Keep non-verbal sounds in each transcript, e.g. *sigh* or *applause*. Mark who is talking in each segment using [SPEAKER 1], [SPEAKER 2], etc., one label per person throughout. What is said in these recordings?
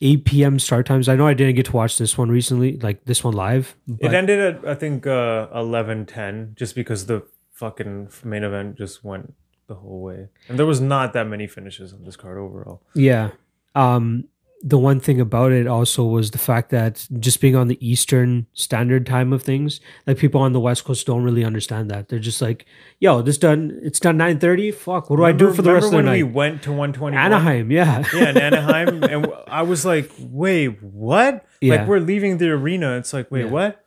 [SPEAKER 1] 8 p.m. start times. I know I didn't get to watch this one recently, like this one live.
[SPEAKER 2] It
[SPEAKER 1] But
[SPEAKER 2] ended at I think uh, eleven ten, just because the fucking main event just went the whole way, and there was not that many finishes on this card overall.
[SPEAKER 1] yeah. Um, the one thing about it also was the fact that just being on the Eastern Standard Time of things, like people on the West Coast don't really understand that. They're just like, "Yo, this done. It's done 9:30. Fuck. What do I do
[SPEAKER 2] Remember-
[SPEAKER 1] for the rest of the
[SPEAKER 2] remember when
[SPEAKER 1] night?"
[SPEAKER 2] we went to one twenty
[SPEAKER 1] Anaheim. Yeah. *laughs*
[SPEAKER 2] yeah, in Anaheim, and I was like, "Wait, what?"
[SPEAKER 1] Yeah.
[SPEAKER 2] Like we're leaving the arena. It's like, "Wait,
[SPEAKER 1] Yeah.
[SPEAKER 2] what?"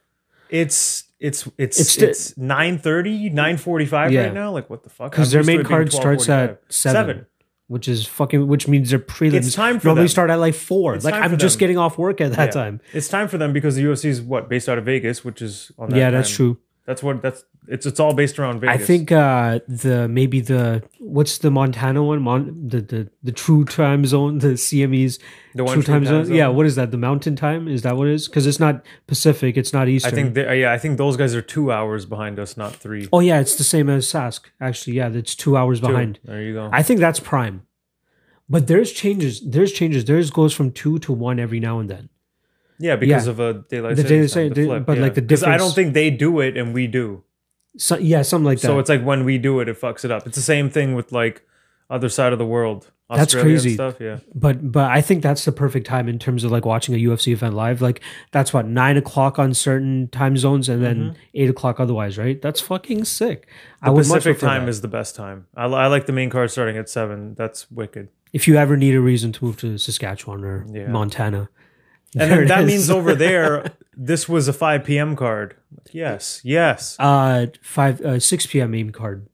[SPEAKER 2] It's it's it's
[SPEAKER 1] It's
[SPEAKER 2] it's,
[SPEAKER 1] the-
[SPEAKER 2] 9:30, 9:45
[SPEAKER 1] Yeah.
[SPEAKER 2] right now. Like what the fuck?
[SPEAKER 1] because
[SPEAKER 2] I'm
[SPEAKER 1] their
[SPEAKER 2] used to
[SPEAKER 1] main
[SPEAKER 2] it being
[SPEAKER 1] card starts
[SPEAKER 2] 12:45.
[SPEAKER 1] at seven, which is fucking, which means their prelims
[SPEAKER 2] It's time for
[SPEAKER 1] normally
[SPEAKER 2] them.
[SPEAKER 1] start at like four.
[SPEAKER 2] It's
[SPEAKER 1] like
[SPEAKER 2] time
[SPEAKER 1] I'm
[SPEAKER 2] for
[SPEAKER 1] just
[SPEAKER 2] them.
[SPEAKER 1] getting off work at that
[SPEAKER 2] Yeah.
[SPEAKER 1] time.
[SPEAKER 2] It's time for them because the UFC is what based out of Vegas, which is on that
[SPEAKER 1] yeah, that's
[SPEAKER 2] time.
[SPEAKER 1] true.
[SPEAKER 2] That's what that's it's it's all based around Vegas.
[SPEAKER 1] I think uh the maybe the what's the Montana one? Mon- the, the the true time zone, the CME's
[SPEAKER 2] The one
[SPEAKER 1] true time, zone. Yeah,
[SPEAKER 2] zone.
[SPEAKER 1] what is that? The Mountain Time is that what it is? Because it's not Pacific, it's not
[SPEAKER 2] I
[SPEAKER 1] Eastern.
[SPEAKER 2] think they, yeah, I think those guys are two hours behind us, not three.
[SPEAKER 1] oh yeah, it's the same as Sask. Actually, yeah, that's two hours
[SPEAKER 2] Two.
[SPEAKER 1] behind.
[SPEAKER 2] There you go.
[SPEAKER 1] I think that's prime. But there's changes. There's changes. Theirs goes from two to one every now and then.
[SPEAKER 2] yeah, because of a daylight
[SPEAKER 1] The daylight
[SPEAKER 2] savings time,
[SPEAKER 1] saving-
[SPEAKER 2] the flip,
[SPEAKER 1] but,
[SPEAKER 2] yeah.
[SPEAKER 1] like, the
[SPEAKER 2] 'Cause I
[SPEAKER 1] difference-
[SPEAKER 2] don't think they do it and we do.
[SPEAKER 1] So yeah, something like that.
[SPEAKER 2] So it's like when we do it, it fucks it up. It's the same thing with like other side of the world.
[SPEAKER 1] That's
[SPEAKER 2] Australia and
[SPEAKER 1] crazy.
[SPEAKER 2] stuff. Yeah,
[SPEAKER 1] but but I think that's the perfect time in terms of like watching a UFC event live. Like that's what nine o'clock on certain time zones and then eight o'clock otherwise, right? That's fucking sick.
[SPEAKER 2] Mm-hmm. the Pacific time
[SPEAKER 1] is
[SPEAKER 2] is the best time. I, li- I like the main card starting at seven. That's wicked.
[SPEAKER 1] if you ever need a reason to move to Saskatchewan or
[SPEAKER 2] Yeah.
[SPEAKER 1] Montana.
[SPEAKER 2] And
[SPEAKER 1] there
[SPEAKER 2] then
[SPEAKER 1] it
[SPEAKER 2] that
[SPEAKER 1] is.
[SPEAKER 2] means over there, this was a five p.m. card. Yes, yes.
[SPEAKER 1] *laughs* uh five uh six p.m. aim card.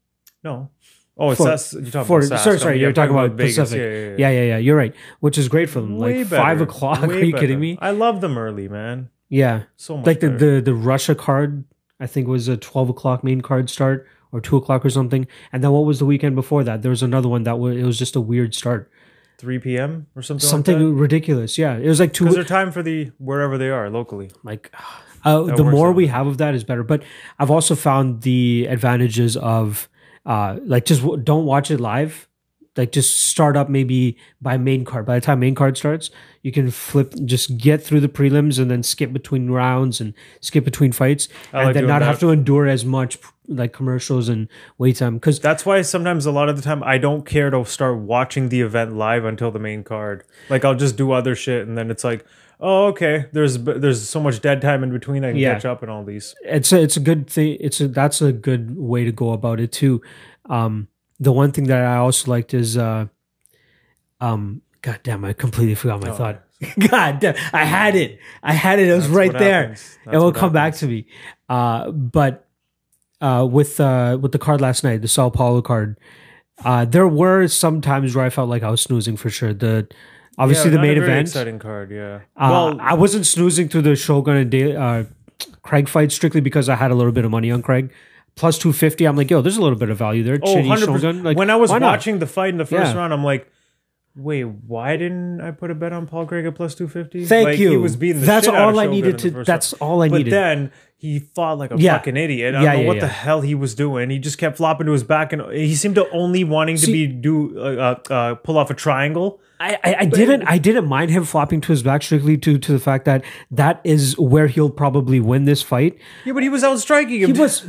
[SPEAKER 2] No. Oh, it's
[SPEAKER 1] For-
[SPEAKER 2] that's you're talking
[SPEAKER 1] for-
[SPEAKER 2] about. SAS.
[SPEAKER 1] sorry,
[SPEAKER 2] I'm-
[SPEAKER 1] sorry,
[SPEAKER 2] yeah,
[SPEAKER 1] you're
[SPEAKER 2] I'm
[SPEAKER 1] talking about
[SPEAKER 2] Vegas.
[SPEAKER 1] Pacific.
[SPEAKER 2] Yeah, yeah, yeah.
[SPEAKER 1] Yeah, yeah, yeah. You're right. Which is great for them.
[SPEAKER 2] Way
[SPEAKER 1] like five
[SPEAKER 2] better.
[SPEAKER 1] o'clock. *laughs*
[SPEAKER 2] Way
[SPEAKER 1] Are you
[SPEAKER 2] better.
[SPEAKER 1] kidding me?
[SPEAKER 2] I love them early, man.
[SPEAKER 1] Yeah.
[SPEAKER 2] So much
[SPEAKER 1] like the,
[SPEAKER 2] better.
[SPEAKER 1] the the Russia card, I think was a twelve o'clock main card start or two o'clock or something. And then what was the weekend before that? There was another one that was it was just a weird start,
[SPEAKER 2] 3 p.m. or something.
[SPEAKER 1] something
[SPEAKER 2] like
[SPEAKER 1] ridiculous. Yeah, it was like two.
[SPEAKER 2] because they're time for the wherever they are locally.
[SPEAKER 1] like uh, the
[SPEAKER 2] works
[SPEAKER 1] more
[SPEAKER 2] out.
[SPEAKER 1] we have of that is better but i've also found the advantages of uh like just w- don't watch it live like just start up maybe by main card by the time main card starts you can flip just get through the prelims and then skip between rounds and skip between fights
[SPEAKER 2] I
[SPEAKER 1] and
[SPEAKER 2] like
[SPEAKER 1] then
[SPEAKER 2] doing
[SPEAKER 1] not
[SPEAKER 2] that.
[SPEAKER 1] have to endure as much like commercials and wait time because
[SPEAKER 2] That's why sometimes a lot of the time I don't care to start watching the event live until the main card. Like I'll just do other shit, and then it's like, oh okay, there's there's so much dead time in between I can
[SPEAKER 1] Yeah.
[SPEAKER 2] catch up in all these.
[SPEAKER 1] it's a, it's a good thing. It's a, that's a good way to go about it too. Um, the one thing that I also liked is, uh, um, God damn, I completely forgot
[SPEAKER 2] Oh,
[SPEAKER 1] my thought. *laughs* God damn, I had it. I had it. It was
[SPEAKER 2] That's
[SPEAKER 1] right
[SPEAKER 2] what
[SPEAKER 1] there.
[SPEAKER 2] happens.
[SPEAKER 1] it
[SPEAKER 2] That's
[SPEAKER 1] will
[SPEAKER 2] what
[SPEAKER 1] come back to me. Uh, but uh, with uh, with the card last night, the Sao Paulo card, uh, there were some times where I felt like I was snoozing for sure. The obviously the
[SPEAKER 2] Yeah, not a
[SPEAKER 1] main
[SPEAKER 2] very
[SPEAKER 1] event.
[SPEAKER 2] Exciting card, yeah.
[SPEAKER 1] Uh,
[SPEAKER 2] well,
[SPEAKER 1] I wasn't snoozing through the Shogun and Day, uh, Craig fight strictly because I had a little bit of money on Craig. Plus 250. I'm like, yo, there's a little bit of value there.
[SPEAKER 2] oh,
[SPEAKER 1] Chinny
[SPEAKER 2] 100%.
[SPEAKER 1] Shogun. Like,
[SPEAKER 2] when I was
[SPEAKER 1] why not?
[SPEAKER 2] watching the fight in the first
[SPEAKER 1] Yeah.
[SPEAKER 2] round, I'm like, wait, why didn't I put a bet on Paul Craig at plus two fifty?
[SPEAKER 1] Thank
[SPEAKER 2] like,
[SPEAKER 1] you.
[SPEAKER 2] He was beating the
[SPEAKER 1] that's
[SPEAKER 2] shit
[SPEAKER 1] all
[SPEAKER 2] out of
[SPEAKER 1] I
[SPEAKER 2] Shogun
[SPEAKER 1] needed
[SPEAKER 2] in the
[SPEAKER 1] to.
[SPEAKER 2] first round.
[SPEAKER 1] That's all I
[SPEAKER 2] but
[SPEAKER 1] needed.
[SPEAKER 2] then he fought like a
[SPEAKER 1] Yeah.
[SPEAKER 2] fucking idiot. I don't
[SPEAKER 1] Yeah,
[SPEAKER 2] know
[SPEAKER 1] yeah,
[SPEAKER 2] what
[SPEAKER 1] yeah.
[SPEAKER 2] the hell he was doing. He just kept flopping to his back, and he seemed to only wanting to
[SPEAKER 1] See-
[SPEAKER 2] be do uh, uh, uh, pull off a triangle.
[SPEAKER 1] I, I, I didn't I didn't mind him flopping to his back strictly to to the fact that that is where he'll probably win this fight.
[SPEAKER 2] Yeah, but he was out striking
[SPEAKER 1] He
[SPEAKER 2] him. *laughs*
[SPEAKER 1] was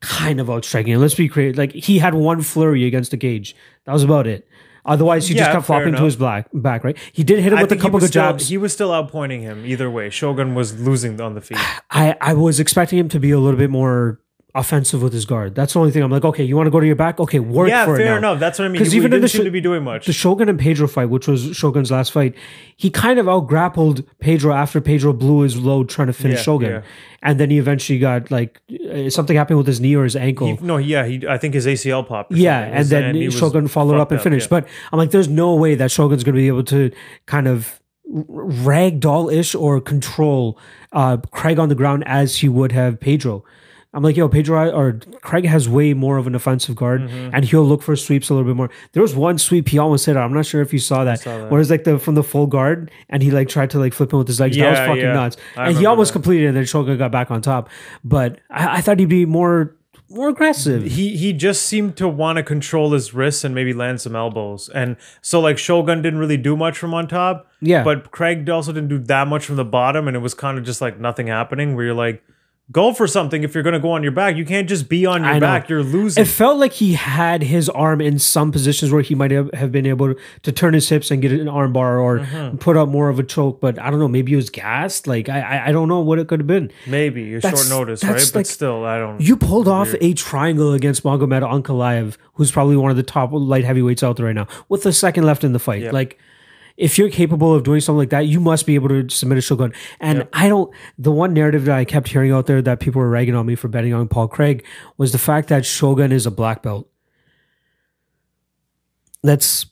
[SPEAKER 1] kind of outstriking. him. Let's be clear. Like he had one flurry against the cage. That was about it. Otherwise, he just
[SPEAKER 2] Yeah,
[SPEAKER 1] kept
[SPEAKER 2] fair
[SPEAKER 1] flopping to
[SPEAKER 2] enough.
[SPEAKER 1] his black back. Right. He did hit him
[SPEAKER 2] I
[SPEAKER 1] with a
[SPEAKER 2] think he
[SPEAKER 1] couple
[SPEAKER 2] was
[SPEAKER 1] good
[SPEAKER 2] still-
[SPEAKER 1] jobs.
[SPEAKER 2] He was still outpointing him either way. Shogun was losing on
[SPEAKER 1] *sighs*
[SPEAKER 2] the feet.
[SPEAKER 1] I, I was expecting him to be a little bit more offensive with his guard. That's the only thing. I'm like, okay, you want to go to your back? Okay, work
[SPEAKER 2] yeah,
[SPEAKER 1] for it
[SPEAKER 2] fair
[SPEAKER 1] now.
[SPEAKER 2] enough. That's what I mean.
[SPEAKER 1] 'Cause
[SPEAKER 2] He
[SPEAKER 1] even in
[SPEAKER 2] didn't
[SPEAKER 1] the
[SPEAKER 2] seem
[SPEAKER 1] sh-
[SPEAKER 2] to be doing much.
[SPEAKER 1] The Shogun and Pedro fight, which was Shogun's last fight, he kind of outgrappled Pedro after Pedro blew his load trying to finish
[SPEAKER 2] Yeah,
[SPEAKER 1] Shogun,
[SPEAKER 2] yeah.
[SPEAKER 1] and then he eventually got like uh, something happened with his knee or his ankle.
[SPEAKER 2] no, yeah, he, I think his ACL popped. or
[SPEAKER 1] Yeah,
[SPEAKER 2] something.
[SPEAKER 1] and
[SPEAKER 2] His-
[SPEAKER 1] then
[SPEAKER 2] he was
[SPEAKER 1] Shogun followed up
[SPEAKER 2] fucked
[SPEAKER 1] and finished.
[SPEAKER 2] yeah.
[SPEAKER 1] But I'm like, there's no way that Shogun's going to be able to kind of r- ragdoll ish or control uh, Craig on the ground as he would have Pedro. I'm like, yo, Pedro or Craig has way more of an offensive guard,
[SPEAKER 2] Mm-hmm.
[SPEAKER 1] and he'll look for sweeps a little bit more. There was one sweep he almost hit. I'm not sure if you saw that.
[SPEAKER 2] saw that.
[SPEAKER 1] Where it's like the from the full guard, and he like tried to like flip him with his legs. that was
[SPEAKER 2] Yeah,
[SPEAKER 1] fucking
[SPEAKER 2] yeah.
[SPEAKER 1] nuts.
[SPEAKER 2] I
[SPEAKER 1] and he
[SPEAKER 2] remember
[SPEAKER 1] almost
[SPEAKER 2] that.
[SPEAKER 1] completed, it, and then Shoga got back on top. But I, I thought he'd be more more aggressive.
[SPEAKER 2] he he just seemed to want to control his wrists and maybe land some elbows. And so like Shogun didn't really do much from on top.
[SPEAKER 1] Yeah.
[SPEAKER 2] But Craig also didn't do that much from the bottom, and it was kind of just like nothing happening. Where you're like, go for something if you're gonna go on your back. You can't just be on
[SPEAKER 1] I know.
[SPEAKER 2] your back. You're losing.
[SPEAKER 1] It felt like he had his arm in some positions where he might have have been able to turn his hips and get an arm bar or put up more of a choke. But I don't know. Maybe he was gassed. Like I I, I don't know what it could have been.
[SPEAKER 2] maybe you're
[SPEAKER 1] That's-
[SPEAKER 2] short notice, right?
[SPEAKER 1] that's like-
[SPEAKER 2] but still, I don't.
[SPEAKER 1] You pulled off a triangle against Magomed Ankalaev, who's probably one of the top light heavyweights out there right now, with a second left in the fight. Like, if you're capable of doing something like that, you must be able to submit a shogun. And I don't. The one narrative that I kept hearing out there that people were ragging on me for betting on Paul Craig was the fact that shogun is a black belt. That's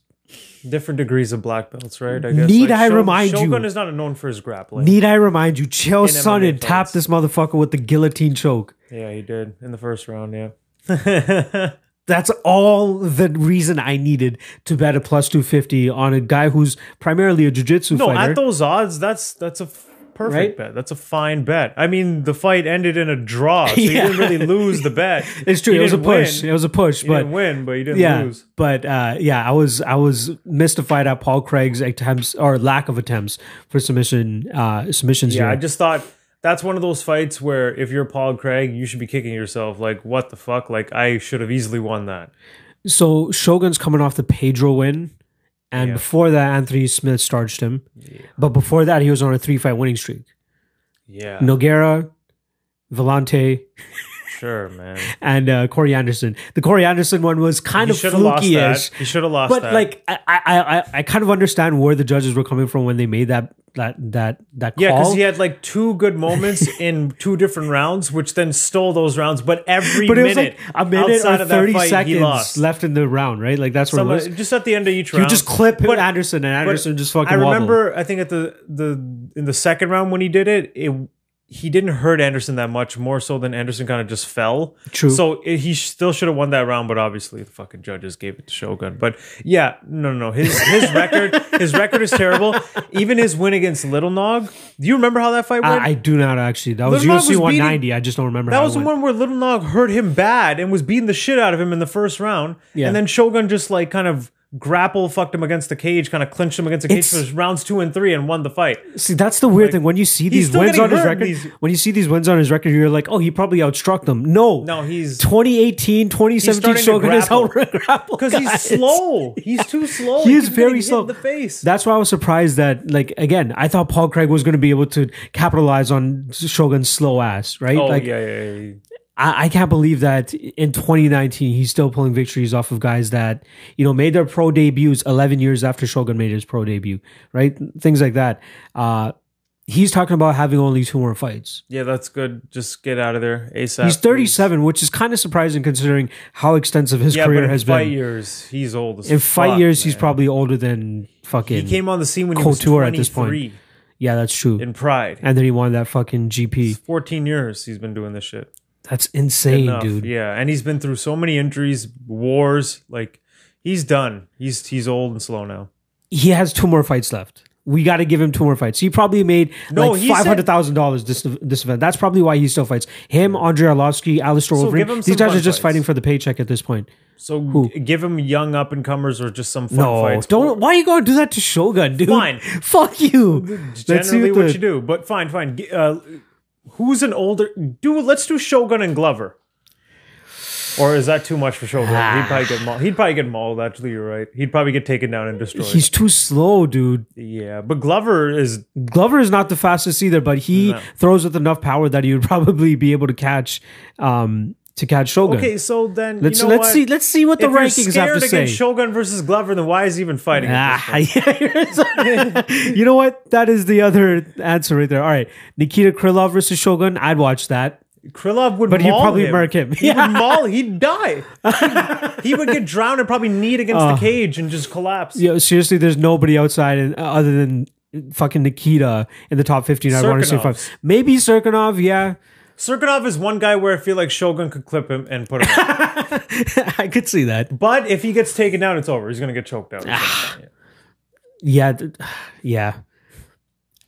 [SPEAKER 2] different degrees of black belts, right? I guess.
[SPEAKER 1] Need I remind you-
[SPEAKER 2] Shogun is not known for his grappling.
[SPEAKER 1] need I remind you, Chael
[SPEAKER 2] MMA
[SPEAKER 1] Sonnen tapped
[SPEAKER 2] fights.
[SPEAKER 1] this motherfucker with the guillotine choke.
[SPEAKER 2] yeah, he did in the first round. Yeah.
[SPEAKER 1] That's all the reason I needed to bet a plus 250 on a guy who's primarily a jiu-jitsu
[SPEAKER 2] No,
[SPEAKER 1] fighter.
[SPEAKER 2] at those odds, that's that's a f- perfect
[SPEAKER 1] Right?
[SPEAKER 2] bet. That's a fine bet. I mean, the fight ended in a draw,
[SPEAKER 1] *laughs*
[SPEAKER 2] so you
[SPEAKER 1] Yeah.
[SPEAKER 2] didn't really lose the bet.
[SPEAKER 1] *laughs* it's true.
[SPEAKER 2] You
[SPEAKER 1] It was a
[SPEAKER 2] didn't win.
[SPEAKER 1] push. It was a push,
[SPEAKER 2] you
[SPEAKER 1] but
[SPEAKER 2] didn't win, but you didn't
[SPEAKER 1] yeah.
[SPEAKER 2] lose.
[SPEAKER 1] But uh, yeah, I was I was mystified at Paul Craig's attempts or lack of attempts for submission uh, submissions
[SPEAKER 2] Yeah, I
[SPEAKER 1] here.
[SPEAKER 2] just thought that's one of those fights where if you're Paul Craig, you should be kicking yourself. Like, what the fuck? Like, I should have easily won that.
[SPEAKER 1] so Shogun's coming off the Pedro win, and before that, Anthony Smith starched him. But before that, he was on a three fight winning streak.
[SPEAKER 2] Yeah,
[SPEAKER 1] Noguera, Vellante, *laughs*
[SPEAKER 2] sure, man.
[SPEAKER 1] and uh, Corey Anderson. The Corey Anderson one was kind
[SPEAKER 2] He
[SPEAKER 1] of
[SPEAKER 2] should have lost that.
[SPEAKER 1] fluky-ish,
[SPEAKER 2] He should have lost
[SPEAKER 1] but
[SPEAKER 2] that.
[SPEAKER 1] like I, I, I, I kind of understand where the judges were coming from when they made that that that that call.
[SPEAKER 2] Yeah, because he had like
[SPEAKER 1] *laughs*
[SPEAKER 2] two good moments in two different rounds, which then stole those rounds. But every
[SPEAKER 1] but it was
[SPEAKER 2] minute,
[SPEAKER 1] like a minute
[SPEAKER 2] outside
[SPEAKER 1] or
[SPEAKER 2] of that
[SPEAKER 1] thirty
[SPEAKER 2] fight, he
[SPEAKER 1] seconds
[SPEAKER 2] lost.
[SPEAKER 1] left in the round, right? Like that's what
[SPEAKER 2] Somebody-
[SPEAKER 1] it was.
[SPEAKER 2] just at the end of each
[SPEAKER 1] You
[SPEAKER 2] round.
[SPEAKER 1] just clip
[SPEAKER 2] But-
[SPEAKER 1] Anderson, and
[SPEAKER 2] but
[SPEAKER 1] Anderson just fucking.
[SPEAKER 2] I
[SPEAKER 1] wobbled.
[SPEAKER 2] remember. I think at the the in the second round when he did it, it he didn't hurt Anderson that much. More so than Anderson kind of just fell.
[SPEAKER 1] True.
[SPEAKER 2] So it, he still should have won that round, but obviously the fucking judges gave it to Shogun. But yeah, no, no, no. His his record his record is terrible. Even his win against Little Nog. Do you remember how that fight went?
[SPEAKER 1] I, I do not actually. That was
[SPEAKER 2] Little Nog
[SPEAKER 1] UFC
[SPEAKER 2] was beating-
[SPEAKER 1] 190. I just don't remember.
[SPEAKER 2] That
[SPEAKER 1] how
[SPEAKER 2] was
[SPEAKER 1] it
[SPEAKER 2] the
[SPEAKER 1] went.
[SPEAKER 2] one where Little Nog hurt him bad and was beating the shit out of him in the first round.
[SPEAKER 1] Yeah.
[SPEAKER 2] And then Shogun just like kind of grapple fucked him against the cage, kind of clinched him against the cage
[SPEAKER 1] It's-
[SPEAKER 2] for rounds two and three and won the fight.
[SPEAKER 1] See, that's the weird thing. When you see these
[SPEAKER 2] still
[SPEAKER 1] wins
[SPEAKER 2] getting
[SPEAKER 1] on his
[SPEAKER 2] hurt in
[SPEAKER 1] record,
[SPEAKER 2] these-
[SPEAKER 1] when you see these wins on his record, you're like, oh, he probably outstruck them. No,
[SPEAKER 2] No, he's
[SPEAKER 1] 2018, 2017
[SPEAKER 2] starting to
[SPEAKER 1] Shogun is
[SPEAKER 2] grapple.
[SPEAKER 1] out *laughs* grapple
[SPEAKER 2] because he's
[SPEAKER 1] guys. *laughs*
[SPEAKER 2] slow. He's too slow.
[SPEAKER 1] He is
[SPEAKER 2] keeps
[SPEAKER 1] very
[SPEAKER 2] getting hit
[SPEAKER 1] slow.
[SPEAKER 2] in the face.
[SPEAKER 1] That's why I was surprised that, like, again, I thought Paul Craig was going to be able to capitalize on Shogun's slow ass, right?
[SPEAKER 2] oh
[SPEAKER 1] like,
[SPEAKER 2] yeah, yeah, yeah.
[SPEAKER 1] I, I can't believe that in 2019 he's still pulling victories off of guys that you know made their pro debuts 11 years after Shogun made his pro debut, right? Things like that. Uh, he's talking about having only two more fights.
[SPEAKER 2] Yeah, that's good. Just get out of there ASAP.
[SPEAKER 1] He's
[SPEAKER 2] please.
[SPEAKER 1] 37, which is kind of surprising considering how extensive his
[SPEAKER 2] Yeah,
[SPEAKER 1] career
[SPEAKER 2] but in
[SPEAKER 1] has
[SPEAKER 2] fight
[SPEAKER 1] been.
[SPEAKER 2] years, he's old. As
[SPEAKER 1] in fight
[SPEAKER 2] fuck,
[SPEAKER 1] years, he's
[SPEAKER 2] man.
[SPEAKER 1] probably older than fucking.
[SPEAKER 2] he came on the scene when he was
[SPEAKER 1] Couture
[SPEAKER 2] twenty-three
[SPEAKER 1] at this point. yeah, that's true.
[SPEAKER 2] in Pride.
[SPEAKER 1] and then he won that fucking GP.
[SPEAKER 2] Fourteen years he's been doing this shit.
[SPEAKER 1] That's insane,
[SPEAKER 2] enough.
[SPEAKER 1] dude.
[SPEAKER 2] Yeah, and he's been through so many injuries, wars. Like he's done. He's he's old and slow now.
[SPEAKER 1] he has two more fights left. We got to give him two more fights. He probably made
[SPEAKER 2] No,
[SPEAKER 1] like
[SPEAKER 2] he said-
[SPEAKER 1] five hundred thousand dollars this this event. That's probably why he still fights. Him, Andre Arlovsky, Alistair
[SPEAKER 2] So
[SPEAKER 1] Overeem.
[SPEAKER 2] give him
[SPEAKER 1] These
[SPEAKER 2] some
[SPEAKER 1] guys
[SPEAKER 2] fun
[SPEAKER 1] are just
[SPEAKER 2] fights.
[SPEAKER 1] fighting for the paycheck at this point.
[SPEAKER 2] So g- give him young up and comers or just some fun
[SPEAKER 1] No,
[SPEAKER 2] fights.
[SPEAKER 1] don't. Why are you going to do that to Shogun, dude? *laughs*
[SPEAKER 2] Fine.
[SPEAKER 1] Fuck you. Let's see
[SPEAKER 2] generally
[SPEAKER 1] what
[SPEAKER 2] what
[SPEAKER 1] the-
[SPEAKER 2] you do. But fine, fine. G- Uh, who's an older? Do let's do Shogun and Glover. Or is that too much for Shogun?
[SPEAKER 1] Ah.
[SPEAKER 2] He'd probably get mauled. He'd probably get mauled. Actually, you're right. He'd probably get taken down and destroyed.
[SPEAKER 1] He's too slow, dude.
[SPEAKER 2] yeah, but Glover is
[SPEAKER 1] Glover is not the fastest either, but he throws with enough power that he would *laughs* probably be able to catch, um, to catch Shogun.
[SPEAKER 2] okay. So then
[SPEAKER 1] let's
[SPEAKER 2] you know
[SPEAKER 1] let's
[SPEAKER 2] what?
[SPEAKER 1] see let's see what the
[SPEAKER 2] if you're
[SPEAKER 1] rankings
[SPEAKER 2] scared
[SPEAKER 1] have to say.
[SPEAKER 2] against Shogun versus Glover, then why is he even fighting? at
[SPEAKER 1] *laughs*
[SPEAKER 2] this
[SPEAKER 1] Ah, *laughs* you know what? That is the other answer right there. All right, Nikita Krylov versus Shogun. I'd watch that.
[SPEAKER 2] Krylov would,
[SPEAKER 1] But he'd
[SPEAKER 2] maul
[SPEAKER 1] probably
[SPEAKER 2] him.
[SPEAKER 1] murk him.
[SPEAKER 2] He
[SPEAKER 1] Yeah.
[SPEAKER 2] would maul.
[SPEAKER 1] *laughs*
[SPEAKER 2] He'd die. He, he would get drowned and probably kneed against the cage and just collapse.
[SPEAKER 1] Yo, seriously, there's nobody outside in, uh, other than fucking Nikita in the top 15. I want to see
[SPEAKER 2] Serkinov.
[SPEAKER 1] five. Maybe Serkinov. Yeah, *laughs*
[SPEAKER 2] Serkinov is one guy where I feel like Shogun could clip him and put him.
[SPEAKER 1] *laughs*
[SPEAKER 2] out.
[SPEAKER 1] I could see that.
[SPEAKER 2] but if he gets taken down, it's over. He's gonna get choked out.
[SPEAKER 1] Ah. Yeah, th- *sighs* yeah.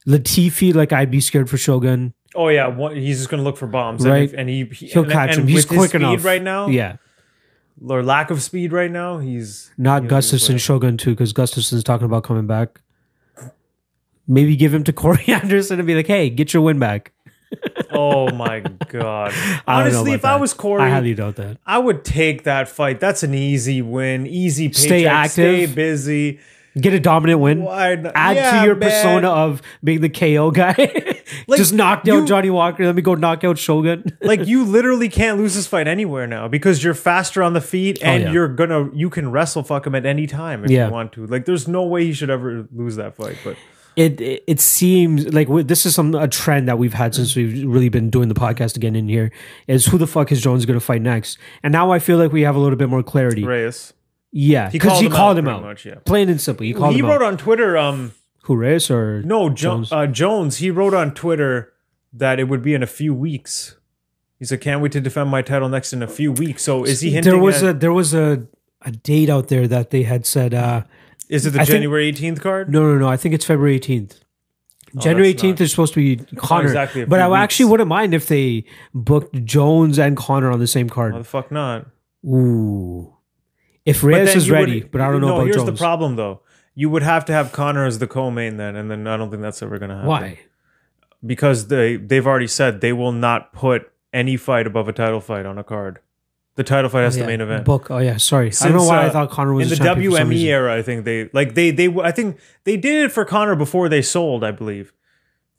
[SPEAKER 1] Latifi, like I'd be scared for Shogun.
[SPEAKER 2] Oh yeah, one, he's just gonna look for bombs, and
[SPEAKER 1] Right.
[SPEAKER 2] if- And he, he
[SPEAKER 1] He'll
[SPEAKER 2] and,
[SPEAKER 1] catch
[SPEAKER 2] and
[SPEAKER 1] him. He's
[SPEAKER 2] with his
[SPEAKER 1] quick
[SPEAKER 2] speed
[SPEAKER 1] enough
[SPEAKER 2] right now,
[SPEAKER 1] Yeah,
[SPEAKER 2] or lack of speed right now, he's
[SPEAKER 1] not
[SPEAKER 2] he'll do
[SPEAKER 1] Gustafson
[SPEAKER 2] whatever.
[SPEAKER 1] Shogun too, because Gustafson's talking about coming back. Maybe give him to *laughs* Corey Anderson and be like, "Hey, get your win back." *laughs*
[SPEAKER 2] oh my god!
[SPEAKER 1] I don't know
[SPEAKER 2] Honestly,
[SPEAKER 1] about
[SPEAKER 2] if I
[SPEAKER 1] that.
[SPEAKER 2] was Corey,
[SPEAKER 1] I highly doubt that.
[SPEAKER 2] I would take that fight. That's an easy win, easy paycheck.
[SPEAKER 1] Stay active.
[SPEAKER 2] stay busy.
[SPEAKER 1] Get a dominant win.
[SPEAKER 2] Why not?
[SPEAKER 1] Add
[SPEAKER 2] Yeah,
[SPEAKER 1] to your
[SPEAKER 2] man.
[SPEAKER 1] persona of being the KO guy. *laughs* Just knock out
[SPEAKER 2] you-
[SPEAKER 1] Johnny Walker. Let me go knock out
[SPEAKER 2] *laughs*
[SPEAKER 1] Shogun.
[SPEAKER 2] *laughs* like you literally can't lose this fight anywhere now because you're faster on the feet and
[SPEAKER 1] Oh, yeah.
[SPEAKER 2] you're gonna you can wrestle fuck him at any time if
[SPEAKER 1] Yeah.
[SPEAKER 2] you want to. Like there's no way he should ever lose that fight. But
[SPEAKER 1] it it, it seems like we- this is some a trend that we've had since we've really been doing the podcast again in here is who the fuck is Jones going to fight next? And now I feel like we have a little bit more clarity.
[SPEAKER 2] Reyes,
[SPEAKER 1] Yeah, because he, called him
[SPEAKER 2] pretty
[SPEAKER 1] out.
[SPEAKER 2] much, yeah.
[SPEAKER 1] Plain and simple, he called
[SPEAKER 2] He
[SPEAKER 1] him
[SPEAKER 2] wrote
[SPEAKER 1] out.
[SPEAKER 2] on Twitter, um,
[SPEAKER 1] Who Reyes or
[SPEAKER 2] no jo-
[SPEAKER 1] Jones.
[SPEAKER 2] uh, Jones. He wrote on Twitter that it would be in a few weeks. He said, "Can't wait to defend my title next in a few weeks." So is he hinting?
[SPEAKER 1] there was
[SPEAKER 2] at,
[SPEAKER 1] a there was a a date out there that they had said. uh
[SPEAKER 2] is it the
[SPEAKER 1] I think-
[SPEAKER 2] January 18th card?
[SPEAKER 1] No, no, no. I think it's February 18th. January
[SPEAKER 2] Oh, that's not-
[SPEAKER 1] 18th is supposed to be Connor.
[SPEAKER 2] exactly a
[SPEAKER 1] but
[SPEAKER 2] few
[SPEAKER 1] I
[SPEAKER 2] weeks.
[SPEAKER 1] actually wouldn't mind if they booked Jones and Connor on the same
[SPEAKER 2] Why the
[SPEAKER 1] card.
[SPEAKER 2] fuck not?
[SPEAKER 1] Ooh. If
[SPEAKER 2] But
[SPEAKER 1] Reyes
[SPEAKER 2] then
[SPEAKER 1] is
[SPEAKER 2] you would-
[SPEAKER 1] ready, but I don't know
[SPEAKER 2] no,
[SPEAKER 1] about
[SPEAKER 2] here's
[SPEAKER 1] Jones.
[SPEAKER 2] the problem, though. You would have to have Connor as the co-main then, and then I don't think that's ever going to happen.
[SPEAKER 1] Why?
[SPEAKER 2] Because they they've already said they will not put any fight above a title fight on a card. The title fight has
[SPEAKER 1] yeah.
[SPEAKER 2] the main event.
[SPEAKER 1] Book. Oh yeah, sorry. I don't know
[SPEAKER 2] Since,
[SPEAKER 1] why I
[SPEAKER 2] uh,
[SPEAKER 1] thought Connor was
[SPEAKER 2] in
[SPEAKER 1] a
[SPEAKER 2] the
[SPEAKER 1] champion for some
[SPEAKER 2] WME
[SPEAKER 1] reason.
[SPEAKER 2] era. I think they like they they I think they did it for Connor before they sold. I believe.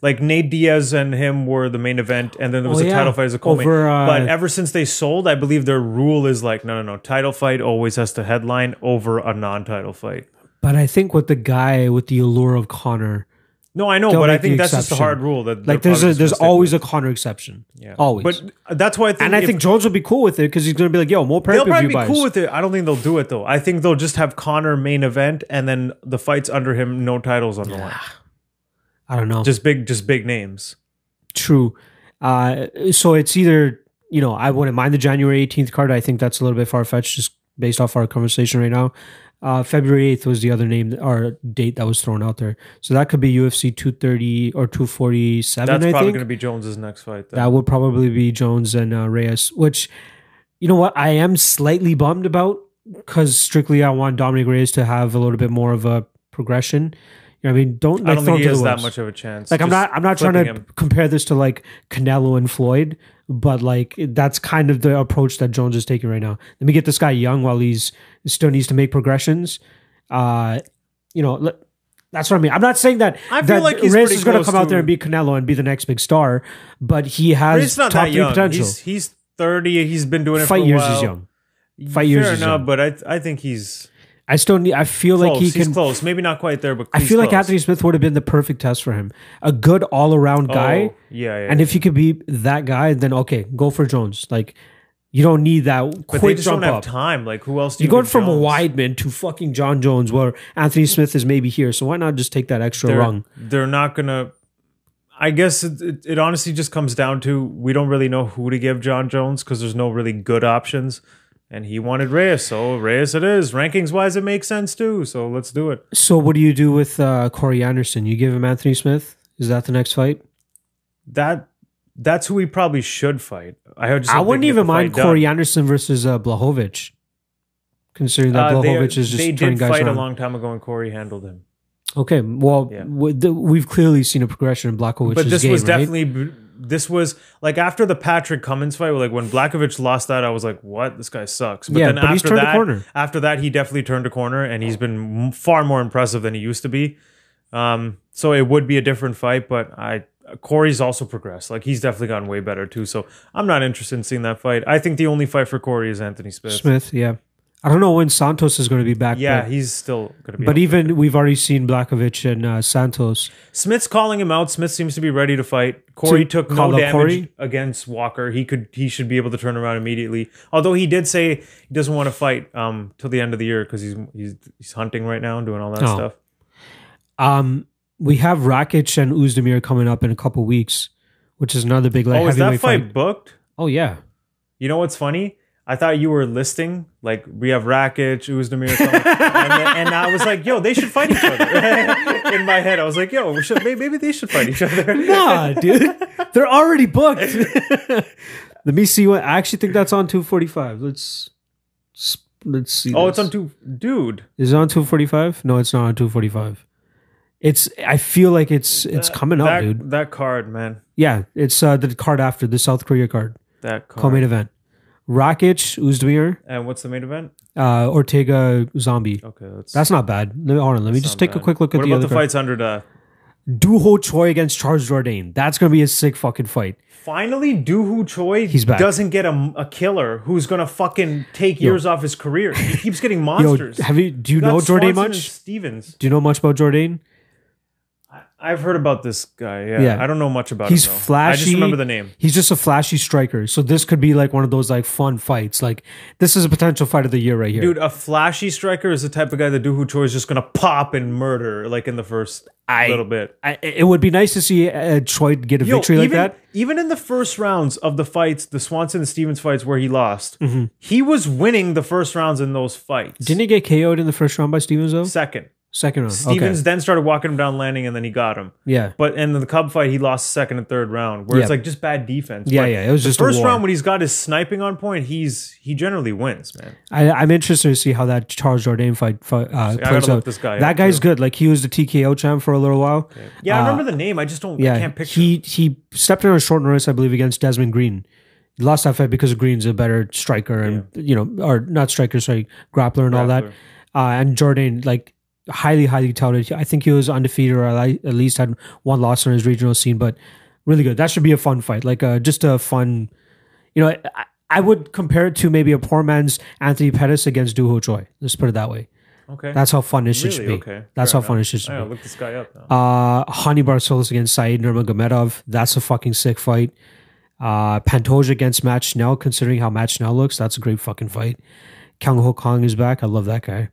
[SPEAKER 2] Like Nate Diaz and him were the main event, and then there was
[SPEAKER 1] Oh,
[SPEAKER 2] a
[SPEAKER 1] yeah.
[SPEAKER 2] title fight as a co-main.
[SPEAKER 1] Over, uh,
[SPEAKER 2] but ever since they sold, I believe their rule is like, no, no, no, title fight always has to headline over a non-title fight.
[SPEAKER 1] But I think with the guy with the allure of Connor,
[SPEAKER 2] No, I know,
[SPEAKER 1] They'll
[SPEAKER 2] but I
[SPEAKER 1] make the
[SPEAKER 2] think that's just a
[SPEAKER 1] exception.
[SPEAKER 2] hard rule. That
[SPEAKER 1] like
[SPEAKER 2] they're
[SPEAKER 1] there's
[SPEAKER 2] probably
[SPEAKER 1] a there's
[SPEAKER 2] just gonna stick
[SPEAKER 1] always
[SPEAKER 2] with.
[SPEAKER 1] a Connor exception.
[SPEAKER 2] Yeah.
[SPEAKER 1] Always.
[SPEAKER 2] But that's why I think,
[SPEAKER 1] and I
[SPEAKER 2] if-
[SPEAKER 1] think Jones will be cool with it because he's gonna be like, "Yo, more pay
[SPEAKER 2] they'll
[SPEAKER 1] per
[SPEAKER 2] probably
[SPEAKER 1] view
[SPEAKER 2] be
[SPEAKER 1] buys."
[SPEAKER 2] cool with it. I don't think they'll do it though. I think they'll just have Connor main event and then the fights under him, no titles on the line,
[SPEAKER 1] I don't know.
[SPEAKER 2] just big, just big names.
[SPEAKER 1] True. Uh, so it's either you know I wouldn't mind the January 18th card. I think that's a little bit far fetched just based off our conversation right now. Uh, February 8th was the other name or date that was thrown out there. So that could be UFC 230 or 247.
[SPEAKER 2] That's
[SPEAKER 1] I
[SPEAKER 2] probably
[SPEAKER 1] think.
[SPEAKER 2] going to be Jones's next fight. Then.
[SPEAKER 1] that would probably be Jones and uh, Reyes, which you know what I am slightly bummed about because strictly I want Dominic Reyes to have a little bit more of a progression. You know, what I mean, don't like
[SPEAKER 2] I don't
[SPEAKER 1] throw
[SPEAKER 2] think he
[SPEAKER 1] him to
[SPEAKER 2] has
[SPEAKER 1] the
[SPEAKER 2] that
[SPEAKER 1] wolves.
[SPEAKER 2] much of a chance.
[SPEAKER 1] Like I'm
[SPEAKER 2] Just
[SPEAKER 1] not I'm not trying to
[SPEAKER 2] flipping him.
[SPEAKER 1] compare this to like Canelo and Floyd, but like that's kind of the approach that Jones is taking right now. Let me get this guy young while he's still needs to make progressions. Uh, you know. le- that's what I mean. I'm not saying that
[SPEAKER 2] I feel
[SPEAKER 1] that
[SPEAKER 2] like he's
[SPEAKER 1] Reyes
[SPEAKER 2] pretty
[SPEAKER 1] is going to
[SPEAKER 2] close
[SPEAKER 1] come out there
[SPEAKER 2] to-
[SPEAKER 1] and be Canelo and be the next big star, but he
[SPEAKER 2] But
[SPEAKER 1] has
[SPEAKER 2] He's not
[SPEAKER 1] top
[SPEAKER 2] that
[SPEAKER 1] three
[SPEAKER 2] young.
[SPEAKER 1] potential.
[SPEAKER 2] He's he's thirty. He's been doing it for
[SPEAKER 1] Fight
[SPEAKER 2] a
[SPEAKER 1] years
[SPEAKER 2] while.
[SPEAKER 1] is young. Fight years
[SPEAKER 2] Fair
[SPEAKER 1] is
[SPEAKER 2] enough,
[SPEAKER 1] young.
[SPEAKER 2] but I I think he's
[SPEAKER 1] I still need. I feel
[SPEAKER 2] close.
[SPEAKER 1] like he
[SPEAKER 2] he's
[SPEAKER 1] can.
[SPEAKER 2] close. Maybe not quite there, but
[SPEAKER 1] I
[SPEAKER 2] he's
[SPEAKER 1] feel like
[SPEAKER 2] close.
[SPEAKER 1] Anthony Smith would have been the perfect test for him. A good all around
[SPEAKER 2] Oh,
[SPEAKER 1] guy.
[SPEAKER 2] yeah, yeah.
[SPEAKER 1] And if you could be that guy, then okay, go for Jones. Like you don't need that
[SPEAKER 2] but they
[SPEAKER 1] quick
[SPEAKER 2] just don't
[SPEAKER 1] jump
[SPEAKER 2] have
[SPEAKER 1] up.
[SPEAKER 2] time. Like who else? Do
[SPEAKER 1] You're
[SPEAKER 2] you
[SPEAKER 1] going
[SPEAKER 2] give
[SPEAKER 1] from
[SPEAKER 2] Jones?
[SPEAKER 1] Weidman to fucking John Jones, where Anthony Smith is maybe here. So why not just take that extra
[SPEAKER 2] they're,
[SPEAKER 1] rung?
[SPEAKER 2] They're not gonna. I guess it, it, it honestly just comes down to we don't really know who to give John Jones because there's no really good options, and he wanted Reyes, so Reyes it is. Rankings wise, it makes sense too. So let's do it.
[SPEAKER 1] So what do you do with uh, Corey Anderson? You give him Anthony Smith? Is that the next fight?
[SPEAKER 2] That that's who we probably should fight. I just
[SPEAKER 1] I
[SPEAKER 2] don't
[SPEAKER 1] wouldn't
[SPEAKER 2] think we
[SPEAKER 1] even
[SPEAKER 2] have the
[SPEAKER 1] mind
[SPEAKER 2] fight
[SPEAKER 1] Corey
[SPEAKER 2] done.
[SPEAKER 1] Anderson versus uh, Blahovic, considering that
[SPEAKER 2] Uh, they,
[SPEAKER 1] Blahovic is
[SPEAKER 2] they
[SPEAKER 1] just turning
[SPEAKER 2] did
[SPEAKER 1] guys
[SPEAKER 2] fight
[SPEAKER 1] around.
[SPEAKER 2] a long time ago, and Corey handled him.
[SPEAKER 1] Okay, well,
[SPEAKER 2] Yeah.
[SPEAKER 1] w- the, we've clearly seen a progression in Blahovic.
[SPEAKER 2] but this
[SPEAKER 1] game,
[SPEAKER 2] was
[SPEAKER 1] right?
[SPEAKER 2] definitely this was like after the Patrick Cummins fight, like when Blakovich lost that, I was like, "What? This guy sucks." But
[SPEAKER 1] Yeah,
[SPEAKER 2] then
[SPEAKER 1] but
[SPEAKER 2] after
[SPEAKER 1] he's turned a
[SPEAKER 2] that,
[SPEAKER 1] corner.
[SPEAKER 2] after that, he definitely turned a corner, and he's been m- far more impressive than he used to be. Um, so it would be a different fight, but I Corey's also progressed. Like he's definitely gotten way better too. So I'm not interested in seeing that fight. I think the only fight for Corey is Anthony Smith.
[SPEAKER 1] Smith. Yeah, I don't know when Santos is going to be back.
[SPEAKER 2] Yeah,
[SPEAKER 1] but,
[SPEAKER 2] he's still gonna be.
[SPEAKER 1] but
[SPEAKER 2] out.
[SPEAKER 1] even we've already seen Blakovic and uh, Santos.
[SPEAKER 2] Smith's calling him out. Smith seems to be ready to fight. Corey
[SPEAKER 1] To
[SPEAKER 2] took no
[SPEAKER 1] call out
[SPEAKER 2] damage
[SPEAKER 1] Corey?
[SPEAKER 2] against Walker. He could he should be able to turn around immediately. Although he did say he doesn't want to fight um till the end of the year because he's he's he's hunting right now and doing all that
[SPEAKER 1] Oh.
[SPEAKER 2] stuff.
[SPEAKER 1] Um, we have Rakic and Uzdemir coming up in a couple weeks, which is another big like
[SPEAKER 2] oh, is that
[SPEAKER 1] heavyweight
[SPEAKER 2] fight,
[SPEAKER 1] fight.
[SPEAKER 2] booked?
[SPEAKER 1] Oh
[SPEAKER 2] *laughs*
[SPEAKER 1] yeah,
[SPEAKER 2] You know what's funny? I thought you were listing like we have Rakic, Uzdemir, or something. and, then- and I was like, yo, they should fight each other. *laughs* In my head, I was like, yo, we should, may- maybe they should fight each
[SPEAKER 1] *laughs*
[SPEAKER 2] other.
[SPEAKER 1] nah, dude, they're already booked. *laughs* Let me see what I actually think that's on two forty five. Let's let's- let's see.
[SPEAKER 2] Oh, it's
[SPEAKER 1] this.
[SPEAKER 2] on two, dude.
[SPEAKER 1] Is it on two forty five? No, it's not on two forty five. It's. I feel like it's it's coming up,
[SPEAKER 2] that,
[SPEAKER 1] dude.
[SPEAKER 2] That card, man.
[SPEAKER 1] Yeah, it's uh, the card after the South Korea card,
[SPEAKER 2] That card.
[SPEAKER 1] co-main event. Rakic, Uzdemir,
[SPEAKER 2] and what's the main event?
[SPEAKER 1] uh, Ortega, Zombie.
[SPEAKER 2] Okay,
[SPEAKER 1] That's not bad. No, Hold on, let me
[SPEAKER 2] It's
[SPEAKER 1] just
[SPEAKER 2] Oh, not
[SPEAKER 1] take a
[SPEAKER 2] bad.
[SPEAKER 1] quick look at
[SPEAKER 2] what
[SPEAKER 1] the
[SPEAKER 2] about
[SPEAKER 1] other
[SPEAKER 2] the
[SPEAKER 1] card.
[SPEAKER 2] fights under the
[SPEAKER 1] Duho Choi against Charles Jourdain. That's gonna be a sick fucking fight.
[SPEAKER 2] finally Doohoo Choi
[SPEAKER 1] He's back.
[SPEAKER 2] doesn't get a, a killer who's gonna fucking take years off his
[SPEAKER 1] *laughs*
[SPEAKER 2] career. He keeps getting
[SPEAKER 1] Yo,
[SPEAKER 2] monsters.
[SPEAKER 1] have you? Do you
[SPEAKER 2] Got
[SPEAKER 1] know Jourdain
[SPEAKER 2] Swanson and
[SPEAKER 1] much?
[SPEAKER 2] Stevens.
[SPEAKER 1] Do you know much about Jourdain?
[SPEAKER 2] I've heard about this guy. Yeah,
[SPEAKER 1] Yeah.
[SPEAKER 2] I don't know much about
[SPEAKER 1] He's
[SPEAKER 2] him. though.
[SPEAKER 1] flashy.
[SPEAKER 2] I just remember the name.
[SPEAKER 1] He's just a flashy striker. So this could be like one of those like fun fights. Like this is a potential fight of the year right here.
[SPEAKER 2] Dude, a flashy striker is the type of guy that Doohoo Choi is just gonna pop and murder like in the first
[SPEAKER 1] I-
[SPEAKER 2] little bit.
[SPEAKER 1] I, it would be nice to see uh, Troy get a
[SPEAKER 2] Yo,
[SPEAKER 1] victory
[SPEAKER 2] even,
[SPEAKER 1] like that.
[SPEAKER 2] Even in the first rounds of the fights, the Swanson and Stevens fights where he lost, he was winning the first rounds in those fights.
[SPEAKER 1] Mm-hmm. Didn't he get KO'd in the first round by Stevens though?
[SPEAKER 2] Second.
[SPEAKER 1] Second round.
[SPEAKER 2] Stevens
[SPEAKER 1] okay.
[SPEAKER 2] then started walking him down landing and then he got him.
[SPEAKER 1] Yeah.
[SPEAKER 2] But in the Cub fight, he lost second and third round, where it's
[SPEAKER 1] Yeah.
[SPEAKER 2] like just bad defense.
[SPEAKER 1] Yeah,
[SPEAKER 2] But
[SPEAKER 1] yeah, it was
[SPEAKER 2] the
[SPEAKER 1] just a
[SPEAKER 2] first
[SPEAKER 1] war.
[SPEAKER 2] round when he's got his sniping on point, he's he generally wins, man.
[SPEAKER 1] I, I'm interested to see how that Charles Jourdain fight, fight uh,
[SPEAKER 2] gotta
[SPEAKER 1] plays
[SPEAKER 2] look
[SPEAKER 1] out.
[SPEAKER 2] this guy
[SPEAKER 1] that
[SPEAKER 2] up,
[SPEAKER 1] guy's good. Like he was the TKO champ for a little while.
[SPEAKER 2] Yeah, I remember the name. I just don't I
[SPEAKER 1] Uh, Yeah,
[SPEAKER 2] can't picture
[SPEAKER 1] he he stepped in on short notice, I believe, against Desmond Green. He lost that fight because Green's a better striker and you know, or not striker, sorry, grappler and all that.
[SPEAKER 2] Grappler.
[SPEAKER 1] Uh, and Jordan, like highly, highly touted. I think he was undefeated or li- at least had one loss on his regional scene, but really good. That should be a fun fight, like uh, just a fun. You know, I, I would compare it to maybe a poor man's Anthony Pettis against Duho Choi. Let's put it that way.
[SPEAKER 2] Okay.
[SPEAKER 1] That's how fun this shit
[SPEAKER 2] really
[SPEAKER 1] should be.
[SPEAKER 2] okay.
[SPEAKER 1] That's
[SPEAKER 2] Fair
[SPEAKER 1] how fun it
[SPEAKER 2] enough.
[SPEAKER 1] should
[SPEAKER 2] I
[SPEAKER 1] be.
[SPEAKER 2] gotta look this guy up
[SPEAKER 1] Uh,
[SPEAKER 2] now.
[SPEAKER 1] Hani Barcelos against Said Nurmagomedov. That's a fucking sick fight. Uh, Pantoja against Matt Schnell, considering how Matt Schnell looks, that's a great fucking fight. Kang Ho Kong is back. I love that guy.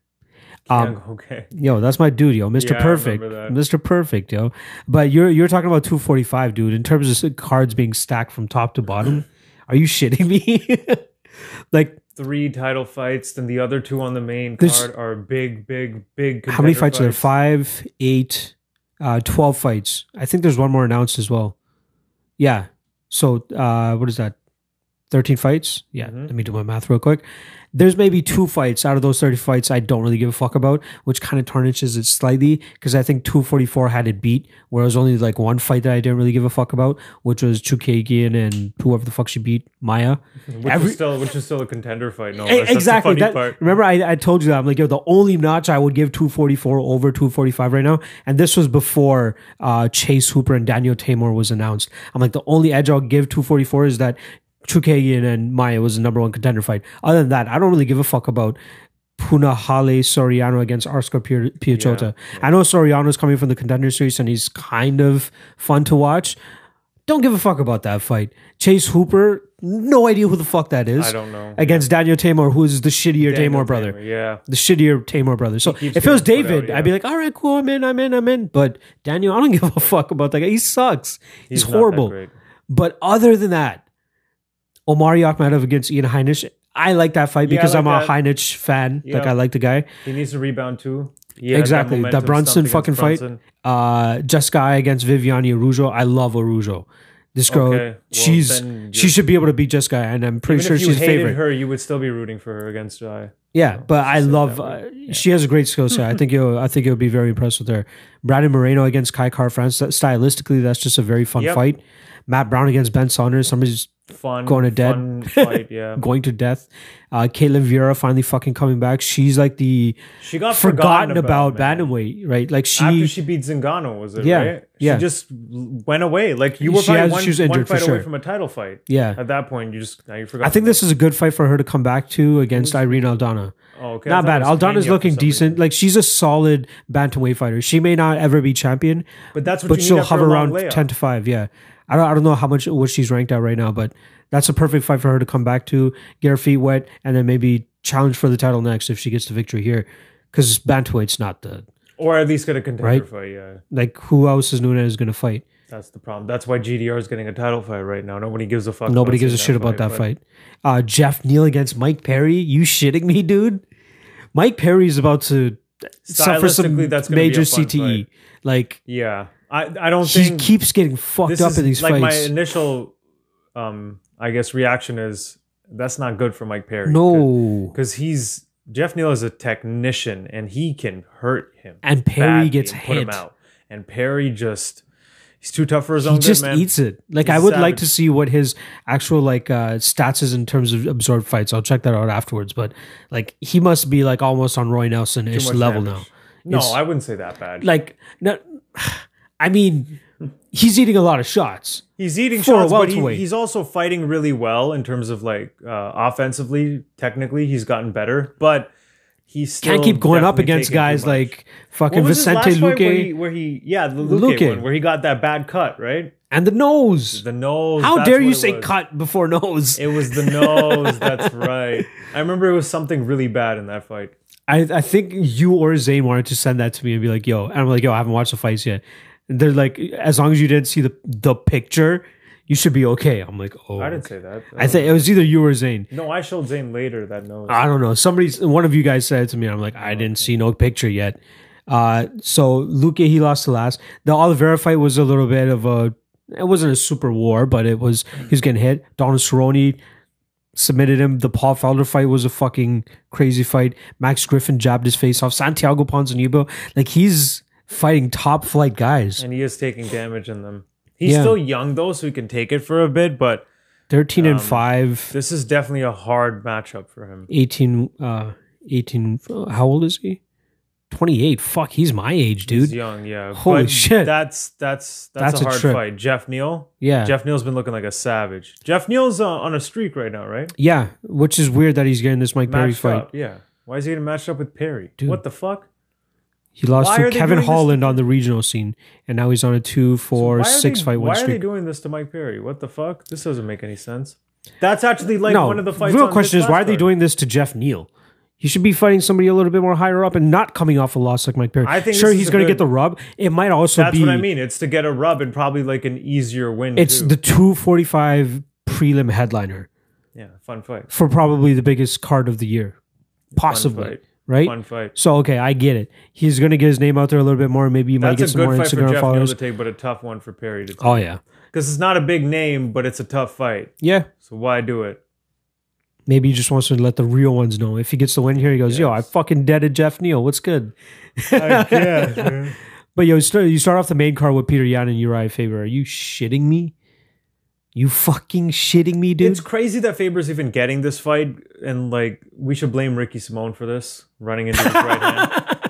[SPEAKER 1] Um,
[SPEAKER 2] Young, okay.
[SPEAKER 1] Yo, that's my dude, yo, Mr.
[SPEAKER 2] Yeah, I
[SPEAKER 1] Perfect,
[SPEAKER 2] remember
[SPEAKER 1] Mr. Perfect, yo. But you're you're talking about 245, dude. In terms of s- cards being stacked from top to bottom, are you shitting me? *laughs* like,
[SPEAKER 2] Three title fights, then the other two on the main
[SPEAKER 1] There's-
[SPEAKER 2] card are big, big, big.
[SPEAKER 1] how many
[SPEAKER 2] contender
[SPEAKER 1] fights are there? Five, eight, uh, 12 fights. I think there's one more announced as well. Yeah. So, uh, what is that? 13 fights? Yeah.
[SPEAKER 2] Mhm.
[SPEAKER 1] Let me do my math real quick. There's maybe two fights out of those 30 fights I don't really give a fuck about, which kind of tarnishes it slightly because I think 244 had it beat, where it was only like one fight that I didn't really give a fuck about, which was Chukagian and whoever the fuck she beat, Maya.
[SPEAKER 2] Which
[SPEAKER 1] Every-
[SPEAKER 2] is still, which is still a contender fight. No,
[SPEAKER 1] E-
[SPEAKER 2] that's,
[SPEAKER 1] exactly. That,
[SPEAKER 2] That's the funny part.
[SPEAKER 1] Remember, I, I told you that I'm like, yo, the only notch I would give 244 over 245 right now, and this was before uh, Chase Hooper and Daniel Tamor was announced. I'm like, the only edge I'll give 244 is that Chukagian and Maya was the number one contender fight. Other than that, I don't really give a fuck about. Puna Hale Soriano against Arsco Pia- Piachota. I know Soriano's coming from the contender series and he's kind of fun to watch. Don't give a fuck about that fight. Chase Hooper, no idea who the fuck that is
[SPEAKER 2] I don't know.
[SPEAKER 1] against Daniel Tamor, who is the shittier
[SPEAKER 2] Daniel
[SPEAKER 1] Tamor brother,
[SPEAKER 2] Taylor, Yeah.
[SPEAKER 1] the shittier Tamor brother. So
[SPEAKER 2] keeps
[SPEAKER 1] if it was
[SPEAKER 2] getting put out,
[SPEAKER 1] David,
[SPEAKER 2] yeah.
[SPEAKER 1] I'd be like, all right, cool, I'm in, I'm in, I'm in. But Daniel, I don't *laughs* give a fuck about that guy. He sucks. He's,
[SPEAKER 2] not that
[SPEAKER 1] horrible.
[SPEAKER 2] great.
[SPEAKER 1] But other than that, Omari Akhmadov against Ian Heinisch, I like that fight
[SPEAKER 2] Yeah, I
[SPEAKER 1] because I'm
[SPEAKER 2] like
[SPEAKER 1] a
[SPEAKER 2] that.
[SPEAKER 1] Heinisch fan. Like
[SPEAKER 2] Yeah.
[SPEAKER 1] I like the guy.
[SPEAKER 2] He needs to rebound too. Yeah,
[SPEAKER 1] exactly. That Brunson fucking fight. Uh, Jessica against Viviani Arujo. I love Arujo. This girl,
[SPEAKER 2] Okay, well,
[SPEAKER 1] she's
[SPEAKER 2] then
[SPEAKER 1] she should be able to beat Jessica, and I'm pretty
[SPEAKER 2] Even
[SPEAKER 1] sure
[SPEAKER 2] if you
[SPEAKER 1] she's
[SPEAKER 2] hated
[SPEAKER 1] favorite.
[SPEAKER 2] her, you would still be rooting for her against uh, Jai.
[SPEAKER 1] Yeah, but I love. Uh, She has a great skill set. I think you'll. I think you'll be very impressed with her. Brandon Moreno against Kai Car France. That, stylistically, that's just a very fun
[SPEAKER 2] Yep.
[SPEAKER 1] fight. Matt Brown against Ben Saunders. Somebody's
[SPEAKER 2] Fun,
[SPEAKER 1] Going to dead. *laughs*
[SPEAKER 2] fun fight. Yeah,
[SPEAKER 1] going to death. Uh, Caitlin Vera finally fucking coming back. She's like the
[SPEAKER 2] she got
[SPEAKER 1] forgotten, about,
[SPEAKER 2] man.
[SPEAKER 1] bantamweight, right? Like
[SPEAKER 2] After
[SPEAKER 1] she,
[SPEAKER 2] she beat Zingano, was it?
[SPEAKER 1] Yeah,
[SPEAKER 2] right?
[SPEAKER 1] yeah.
[SPEAKER 2] She just went away. Like you were
[SPEAKER 1] She
[SPEAKER 2] probably
[SPEAKER 1] has-
[SPEAKER 2] one,
[SPEAKER 1] she was
[SPEAKER 2] one
[SPEAKER 1] injured for
[SPEAKER 2] fight away
[SPEAKER 1] sure.
[SPEAKER 2] from a title fight.
[SPEAKER 1] yeah.
[SPEAKER 2] At that point, you just now you forgot.
[SPEAKER 1] I think this is a good fight for her to come back to against Irene Aldana.
[SPEAKER 2] oh, okay. I
[SPEAKER 1] Not
[SPEAKER 2] thought
[SPEAKER 1] bad.
[SPEAKER 2] it was Pena
[SPEAKER 1] Aldana's
[SPEAKER 2] for
[SPEAKER 1] looking
[SPEAKER 2] some reason.
[SPEAKER 1] decent. Like she's a solid bantamweight fighter. She may not ever be champion,
[SPEAKER 2] but that's what
[SPEAKER 1] but
[SPEAKER 2] you
[SPEAKER 1] she'll
[SPEAKER 2] need after
[SPEAKER 1] hover
[SPEAKER 2] a long
[SPEAKER 1] around
[SPEAKER 2] layoff.
[SPEAKER 1] ten to five. Yeah, I don't I don't know how much what she's ranked at right now, but that's a perfect fight for her to come back to, get her feet wet, and then maybe challenge for the title next if she gets the victory here. Because bantamweight's not the
[SPEAKER 2] or at least get a contender
[SPEAKER 1] Right?
[SPEAKER 2] fight. Yeah,
[SPEAKER 1] like who else is Nunez going to fight?
[SPEAKER 2] That's the problem. That's why GDR is getting a title fight right now. Nobody gives a fuck.
[SPEAKER 1] Nobody
[SPEAKER 2] about
[SPEAKER 1] gives a
[SPEAKER 2] seeing
[SPEAKER 1] shit about that
[SPEAKER 2] but-
[SPEAKER 1] fight. Uh, Jeff Neal against Mike Perry. You shitting me, dude? Mike Perry's about to suffer some
[SPEAKER 2] Stylistically, that's gonna be
[SPEAKER 1] major
[SPEAKER 2] a fun
[SPEAKER 1] CTE.
[SPEAKER 2] fight.
[SPEAKER 1] Like
[SPEAKER 2] Yeah, I I don't
[SPEAKER 1] he
[SPEAKER 2] think
[SPEAKER 1] keeps getting fucked
[SPEAKER 2] this
[SPEAKER 1] up
[SPEAKER 2] is
[SPEAKER 1] in these
[SPEAKER 2] like my
[SPEAKER 1] fights.
[SPEAKER 2] initial, um, I guess reaction is that's not good for Mike Perry.
[SPEAKER 1] no,
[SPEAKER 2] because he's Jeff Neal is a technician and he can hurt him.
[SPEAKER 1] and Perry
[SPEAKER 2] badly
[SPEAKER 1] gets
[SPEAKER 2] and put
[SPEAKER 1] hit.
[SPEAKER 2] him out, and Perry just he's too tough for his
[SPEAKER 1] He
[SPEAKER 2] own
[SPEAKER 1] just
[SPEAKER 2] good, man.
[SPEAKER 1] eats it. Like
[SPEAKER 2] He's
[SPEAKER 1] I
[SPEAKER 2] a
[SPEAKER 1] would like
[SPEAKER 2] savage.
[SPEAKER 1] to see what his actual like uh, stats is in terms of absorbed fights. I'll check that out afterwards. But like he must be like almost on Roy Nelson
[SPEAKER 2] Too
[SPEAKER 1] ish
[SPEAKER 2] much
[SPEAKER 1] level now.
[SPEAKER 2] damage. No,
[SPEAKER 1] It's-
[SPEAKER 2] I wouldn't say that bad.
[SPEAKER 1] Like no, *sighs* I mean he's eating a lot of shots.
[SPEAKER 2] He's eating
[SPEAKER 1] For a
[SPEAKER 2] shots, but
[SPEAKER 1] welterweight.
[SPEAKER 2] he, he's also fighting really well in terms of like uh, offensively. Technically, he's gotten better, but he still
[SPEAKER 1] Can't keep going up
[SPEAKER 2] definitely
[SPEAKER 1] against
[SPEAKER 2] taking too
[SPEAKER 1] guys
[SPEAKER 2] much.
[SPEAKER 1] like
[SPEAKER 2] What
[SPEAKER 1] fucking
[SPEAKER 2] was his
[SPEAKER 1] Vicente
[SPEAKER 2] last fight where he,
[SPEAKER 1] Luque
[SPEAKER 2] where he yeah the Luque,
[SPEAKER 1] Luque.
[SPEAKER 2] one where he got that bad cut right
[SPEAKER 1] and the nose.
[SPEAKER 2] the nose.
[SPEAKER 1] How
[SPEAKER 2] that's
[SPEAKER 1] dare
[SPEAKER 2] what
[SPEAKER 1] you
[SPEAKER 2] it
[SPEAKER 1] say
[SPEAKER 2] was.
[SPEAKER 1] cut before nose?
[SPEAKER 2] It was the nose.
[SPEAKER 1] *laughs*
[SPEAKER 2] that's right. I remember it was something really bad in that fight.
[SPEAKER 1] I, I think you or Zayn wanted to send that to me and be like, yo, and I'm like, yo, I haven't watched the fights yet. And they're like, as long as you didn't see the the picture, you should be okay. I'm like, oh,
[SPEAKER 2] I didn't say that.
[SPEAKER 1] I think Ah. it was either you or Zayn.
[SPEAKER 2] no. I showed Zane later that nose.
[SPEAKER 1] I don't know. Somebody's one of you guys said it to me. and I'm like, I didn't see no picture yet. Uh, so Luke he lost the last. The Oliveira fight was a little bit of a. It wasn't a super war, but it was he was getting hit. Donald Cerrone submitted him. The Paul Felder fight was a fucking crazy fight. Max Griffin jabbed his face off. Santiago Ponzinibbio, like he's fighting top flight guys.
[SPEAKER 2] and he is taking damage in them. He's
[SPEAKER 1] Yeah.
[SPEAKER 2] still young though, so he can take it for a bit. But
[SPEAKER 1] Thirteen and
[SPEAKER 2] Um,
[SPEAKER 1] five.
[SPEAKER 2] this is definitely a hard matchup for him.
[SPEAKER 1] 18, uh, 18 How old is he? Twenty eight. Fuck, he's my age,
[SPEAKER 2] He's
[SPEAKER 1] dude.
[SPEAKER 2] young, yeah.
[SPEAKER 1] Holy shit.
[SPEAKER 2] That's that's that's,
[SPEAKER 1] That's a
[SPEAKER 2] a hard
[SPEAKER 1] trip.
[SPEAKER 2] fight. Jeff Neal.
[SPEAKER 1] Yeah.
[SPEAKER 2] Jeff Neal's been looking like a savage. Jeff Neal's uh, on a streak right now, right?
[SPEAKER 1] Yeah, which is weird that he's getting this Mike Perry
[SPEAKER 2] Matched
[SPEAKER 1] fight.
[SPEAKER 2] up, yeah. Why is he getting matched up with Perry?
[SPEAKER 1] Dude.
[SPEAKER 2] What the fuck?
[SPEAKER 1] He lost
[SPEAKER 2] Why
[SPEAKER 1] to
[SPEAKER 2] are they
[SPEAKER 1] Kevin
[SPEAKER 2] doing this
[SPEAKER 1] Holland on the regional scene, and now he's on a two, four,
[SPEAKER 2] Why are
[SPEAKER 1] six
[SPEAKER 2] they,
[SPEAKER 1] fight win
[SPEAKER 2] Why are they
[SPEAKER 1] streak.
[SPEAKER 2] doing this to Mike Perry? What the fuck? This doesn't make any sense. That's actually like
[SPEAKER 1] no,
[SPEAKER 2] one of the fights.
[SPEAKER 1] real
[SPEAKER 2] on this
[SPEAKER 1] question is why are
[SPEAKER 2] last
[SPEAKER 1] they
[SPEAKER 2] card.
[SPEAKER 1] doing this to Jeff Neal? He should be fighting somebody a little bit more higher up and not coming off a loss like Mike Perry.
[SPEAKER 2] I think
[SPEAKER 1] sure
[SPEAKER 2] this is
[SPEAKER 1] he's
[SPEAKER 2] a
[SPEAKER 1] going to
[SPEAKER 2] good-
[SPEAKER 1] get the rub. It might also
[SPEAKER 2] That's
[SPEAKER 1] be
[SPEAKER 2] what I mean. It's to get a rub and probably like an easier win.
[SPEAKER 1] it's
[SPEAKER 2] too.
[SPEAKER 1] the two forty five prelim headliner
[SPEAKER 2] yeah, fun fight.
[SPEAKER 1] for probably the biggest card of the year, possibly.
[SPEAKER 2] fight.
[SPEAKER 1] Right.
[SPEAKER 2] Fun fight.
[SPEAKER 1] So okay, I get it. He's going to get his name out there a little bit more. Maybe you might
[SPEAKER 2] That's
[SPEAKER 1] get
[SPEAKER 2] a
[SPEAKER 1] some more
[SPEAKER 2] good fight for
[SPEAKER 1] Instagram
[SPEAKER 2] Jeff Neal
[SPEAKER 1] followers.
[SPEAKER 2] to take, but a tough one for Perry to take.
[SPEAKER 1] Oh yeah,
[SPEAKER 2] Because it's not a big name, but it's a tough fight.
[SPEAKER 1] yeah.
[SPEAKER 2] So why do it?
[SPEAKER 1] Maybe he just wants to let the real ones know. If he gets the win here, he goes, "Yo, I fucking deaded Jeff Neal. What's good?" *laughs*
[SPEAKER 2] I guess. man.
[SPEAKER 1] But yo, you start, you start off the main card with Peter Yan and Uriah Faber. Are you shitting me? You fucking shitting me, dude!
[SPEAKER 2] It's crazy that Faber's even getting this fight, and like we should blame Ricky Simone for this running into his right hand.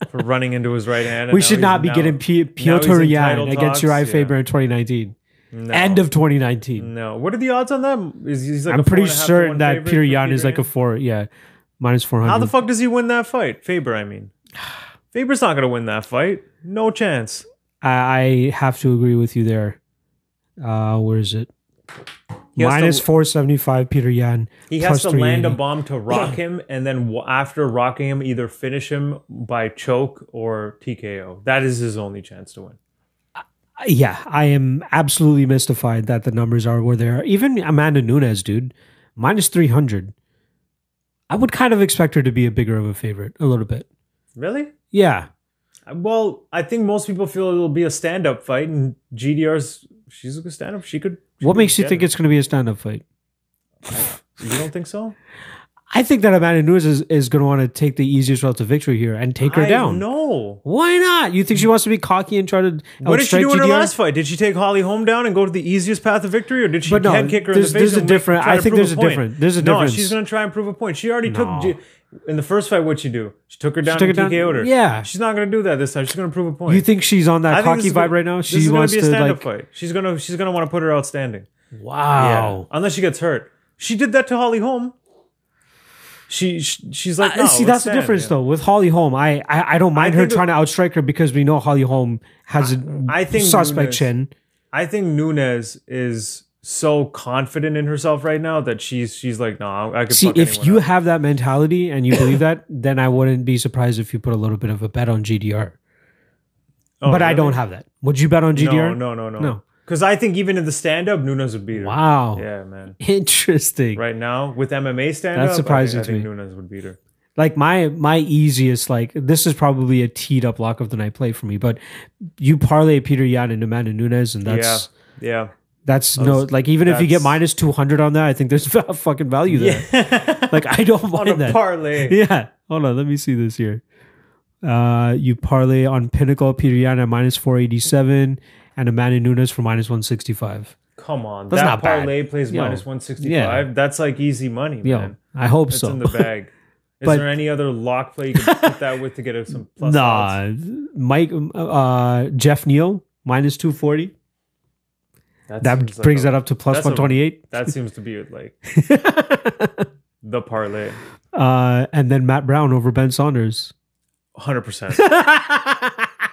[SPEAKER 1] *laughs*
[SPEAKER 2] For running into his right hand. and
[SPEAKER 1] we
[SPEAKER 2] now
[SPEAKER 1] should
[SPEAKER 2] he's-
[SPEAKER 1] not be
[SPEAKER 2] now-
[SPEAKER 1] getting P-
[SPEAKER 2] now he's
[SPEAKER 1] Piotr
[SPEAKER 2] in
[SPEAKER 1] Yan
[SPEAKER 2] title
[SPEAKER 1] against
[SPEAKER 2] talks,
[SPEAKER 1] Uriah
[SPEAKER 2] yeah.
[SPEAKER 1] Faber in 2019.
[SPEAKER 2] No.
[SPEAKER 1] End of 2019.
[SPEAKER 2] No. What are the odds on that? Is he's like a
[SPEAKER 1] I'm
[SPEAKER 2] four
[SPEAKER 1] pretty
[SPEAKER 2] and a half to
[SPEAKER 1] certain
[SPEAKER 2] one
[SPEAKER 1] that
[SPEAKER 2] favorite
[SPEAKER 1] Peter
[SPEAKER 2] for
[SPEAKER 1] Yan is like a four. Yeah, minus 400.
[SPEAKER 2] How the fuck does he win that fight? Faber,
[SPEAKER 1] *sighs*
[SPEAKER 2] I mean. Faber's not going to win that fight. No chance.
[SPEAKER 1] I, I have to agree with you there. Uh, where is it?
[SPEAKER 2] He has to-
[SPEAKER 1] Minus 475. Peter Yan.
[SPEAKER 2] He
[SPEAKER 1] plus
[SPEAKER 2] has to land a
[SPEAKER 1] 380.
[SPEAKER 2] bomb
[SPEAKER 1] *clears throat*
[SPEAKER 2] to rock him, and then w- after rocking him, either finish him by choke or TKO. That is his only chance to win.
[SPEAKER 1] yeah, I am absolutely mystified that the numbers are where they are. Even Amanda Nunes, dude, minus 300. I would kind of expect her to be a bigger of a favorite, a little bit.
[SPEAKER 2] Really?
[SPEAKER 1] Yeah.
[SPEAKER 2] Well, I think most people feel it'll be a stand-up fight, and GDR's she's a good stand-up. She could. she
[SPEAKER 1] What
[SPEAKER 2] could
[SPEAKER 1] makes you
[SPEAKER 2] get
[SPEAKER 1] think
[SPEAKER 2] it.
[SPEAKER 1] it's going to be a stand up fight?
[SPEAKER 2] You don't think so?
[SPEAKER 1] I think that Amanda Nunes is, is going to want to take the easiest route to victory here and take her
[SPEAKER 2] I
[SPEAKER 1] down.
[SPEAKER 2] No.
[SPEAKER 1] Why not? You think she wants to be cocky and try to oh,
[SPEAKER 2] What did she
[SPEAKER 1] outstrike
[SPEAKER 2] do in her
[SPEAKER 1] GDR?
[SPEAKER 2] last fight? Did she take Holly home down and go to the easiest path of victory, or did she
[SPEAKER 1] But no,
[SPEAKER 2] head kick her
[SPEAKER 1] there's-
[SPEAKER 2] in the
[SPEAKER 1] there's
[SPEAKER 2] face?
[SPEAKER 1] a
[SPEAKER 2] and make-
[SPEAKER 1] different-
[SPEAKER 2] try
[SPEAKER 1] I
[SPEAKER 2] to
[SPEAKER 1] think
[SPEAKER 2] prove
[SPEAKER 1] there's a
[SPEAKER 2] point?
[SPEAKER 1] different- there's a
[SPEAKER 2] no,
[SPEAKER 1] difference.
[SPEAKER 2] she's going to try and prove a point. She already
[SPEAKER 1] No.
[SPEAKER 2] took G- in the first fight. What'd she do? She took her down
[SPEAKER 1] took
[SPEAKER 2] and
[SPEAKER 1] her down-
[SPEAKER 2] TKO'd her.
[SPEAKER 1] yeah.
[SPEAKER 2] she's not going to do that this time. She's going to prove a point.
[SPEAKER 1] You think she's on that
[SPEAKER 2] I think this
[SPEAKER 1] cocky
[SPEAKER 2] is gonna-
[SPEAKER 1] vibe right now?
[SPEAKER 2] this
[SPEAKER 1] She
[SPEAKER 2] is gonna
[SPEAKER 1] wants
[SPEAKER 2] be a
[SPEAKER 1] to
[SPEAKER 2] stand-up
[SPEAKER 1] like,
[SPEAKER 2] fight. She's going to she's going to want to put her outstanding.
[SPEAKER 1] wow.
[SPEAKER 2] Oh. Unless she gets hurt. She did that to Holly Holm. She, she she's like,
[SPEAKER 1] I-
[SPEAKER 2] no,
[SPEAKER 1] Uh, see,
[SPEAKER 2] let's
[SPEAKER 1] that's the
[SPEAKER 2] stand,
[SPEAKER 1] difference,
[SPEAKER 2] yeah.
[SPEAKER 1] though. With Holly Holm, I I, I don't mind her
[SPEAKER 2] think-
[SPEAKER 1] trying to outstrike her because we know Holly Holm has a
[SPEAKER 2] I think
[SPEAKER 1] suspect
[SPEAKER 2] Nunes-
[SPEAKER 1] chin.
[SPEAKER 2] I think Nunez is so confident in herself right now that she's she's like, no, I could
[SPEAKER 1] See,
[SPEAKER 2] fuck
[SPEAKER 1] if
[SPEAKER 2] anyone
[SPEAKER 1] you
[SPEAKER 2] up."
[SPEAKER 1] have that
[SPEAKER 2] *coughs*
[SPEAKER 1] mentality and you believe that, then I wouldn't be surprised if you put a little bit of a bet on GDR.
[SPEAKER 2] Oh,
[SPEAKER 1] but I
[SPEAKER 2] really?
[SPEAKER 1] don't have that. Would you bet on GDR?
[SPEAKER 2] No, no, no,
[SPEAKER 1] No.
[SPEAKER 2] no. Because I think even in the stand up, Nunes would beat her.
[SPEAKER 1] Wow.
[SPEAKER 2] Yeah, man.
[SPEAKER 1] Interesting.
[SPEAKER 2] Right now, with MMA stand up,
[SPEAKER 1] That's surprising
[SPEAKER 2] I
[SPEAKER 1] to
[SPEAKER 2] think,
[SPEAKER 1] me.
[SPEAKER 2] I think Nunes would beat her.
[SPEAKER 1] Like my my easiest like this is probably a teed up lock of the night play for me, but you parlay Peter Yan and Amanda Nunes, and that's
[SPEAKER 2] yeah.
[SPEAKER 1] that's no like even if you get
[SPEAKER 2] that's-
[SPEAKER 1] minus two hundred on that, I think there's *laughs* val- fucking value there. *laughs*
[SPEAKER 2] Yeah.
[SPEAKER 1] Like I don't
[SPEAKER 2] On
[SPEAKER 1] mind
[SPEAKER 2] a
[SPEAKER 1] that. *laughs*
[SPEAKER 2] parlay.
[SPEAKER 1] yeah. Hold on, let me see this here. Uh, you parlay on Pinnacle Peter Yan at minus four eighty seven and Amanda Nunes for minus one sixty five.
[SPEAKER 2] Come on.
[SPEAKER 1] That's
[SPEAKER 2] that
[SPEAKER 1] not bad.
[SPEAKER 2] parlay plays
[SPEAKER 1] Yo.
[SPEAKER 2] minus 165.
[SPEAKER 1] Yeah.
[SPEAKER 2] That's like easy money,
[SPEAKER 1] Yo,
[SPEAKER 2] man.
[SPEAKER 1] I hope
[SPEAKER 2] It's
[SPEAKER 1] so.
[SPEAKER 2] in the
[SPEAKER 1] *laughs*
[SPEAKER 2] bag. Is
[SPEAKER 1] But-
[SPEAKER 2] there any other lock play you can put that with to get us some plus odds?
[SPEAKER 1] nah, Mike, uh, Jeff Neal minus two forty. That
[SPEAKER 2] seems like
[SPEAKER 1] brings
[SPEAKER 2] a-
[SPEAKER 1] that up to plus
[SPEAKER 2] that's a-
[SPEAKER 1] one twenty eight.
[SPEAKER 2] *laughs* That seems to be
[SPEAKER 1] *laughs*
[SPEAKER 2] like the parlay.
[SPEAKER 1] Uh, and then Matt Brown over Ben Saunders. *laughs*
[SPEAKER 2] 100%.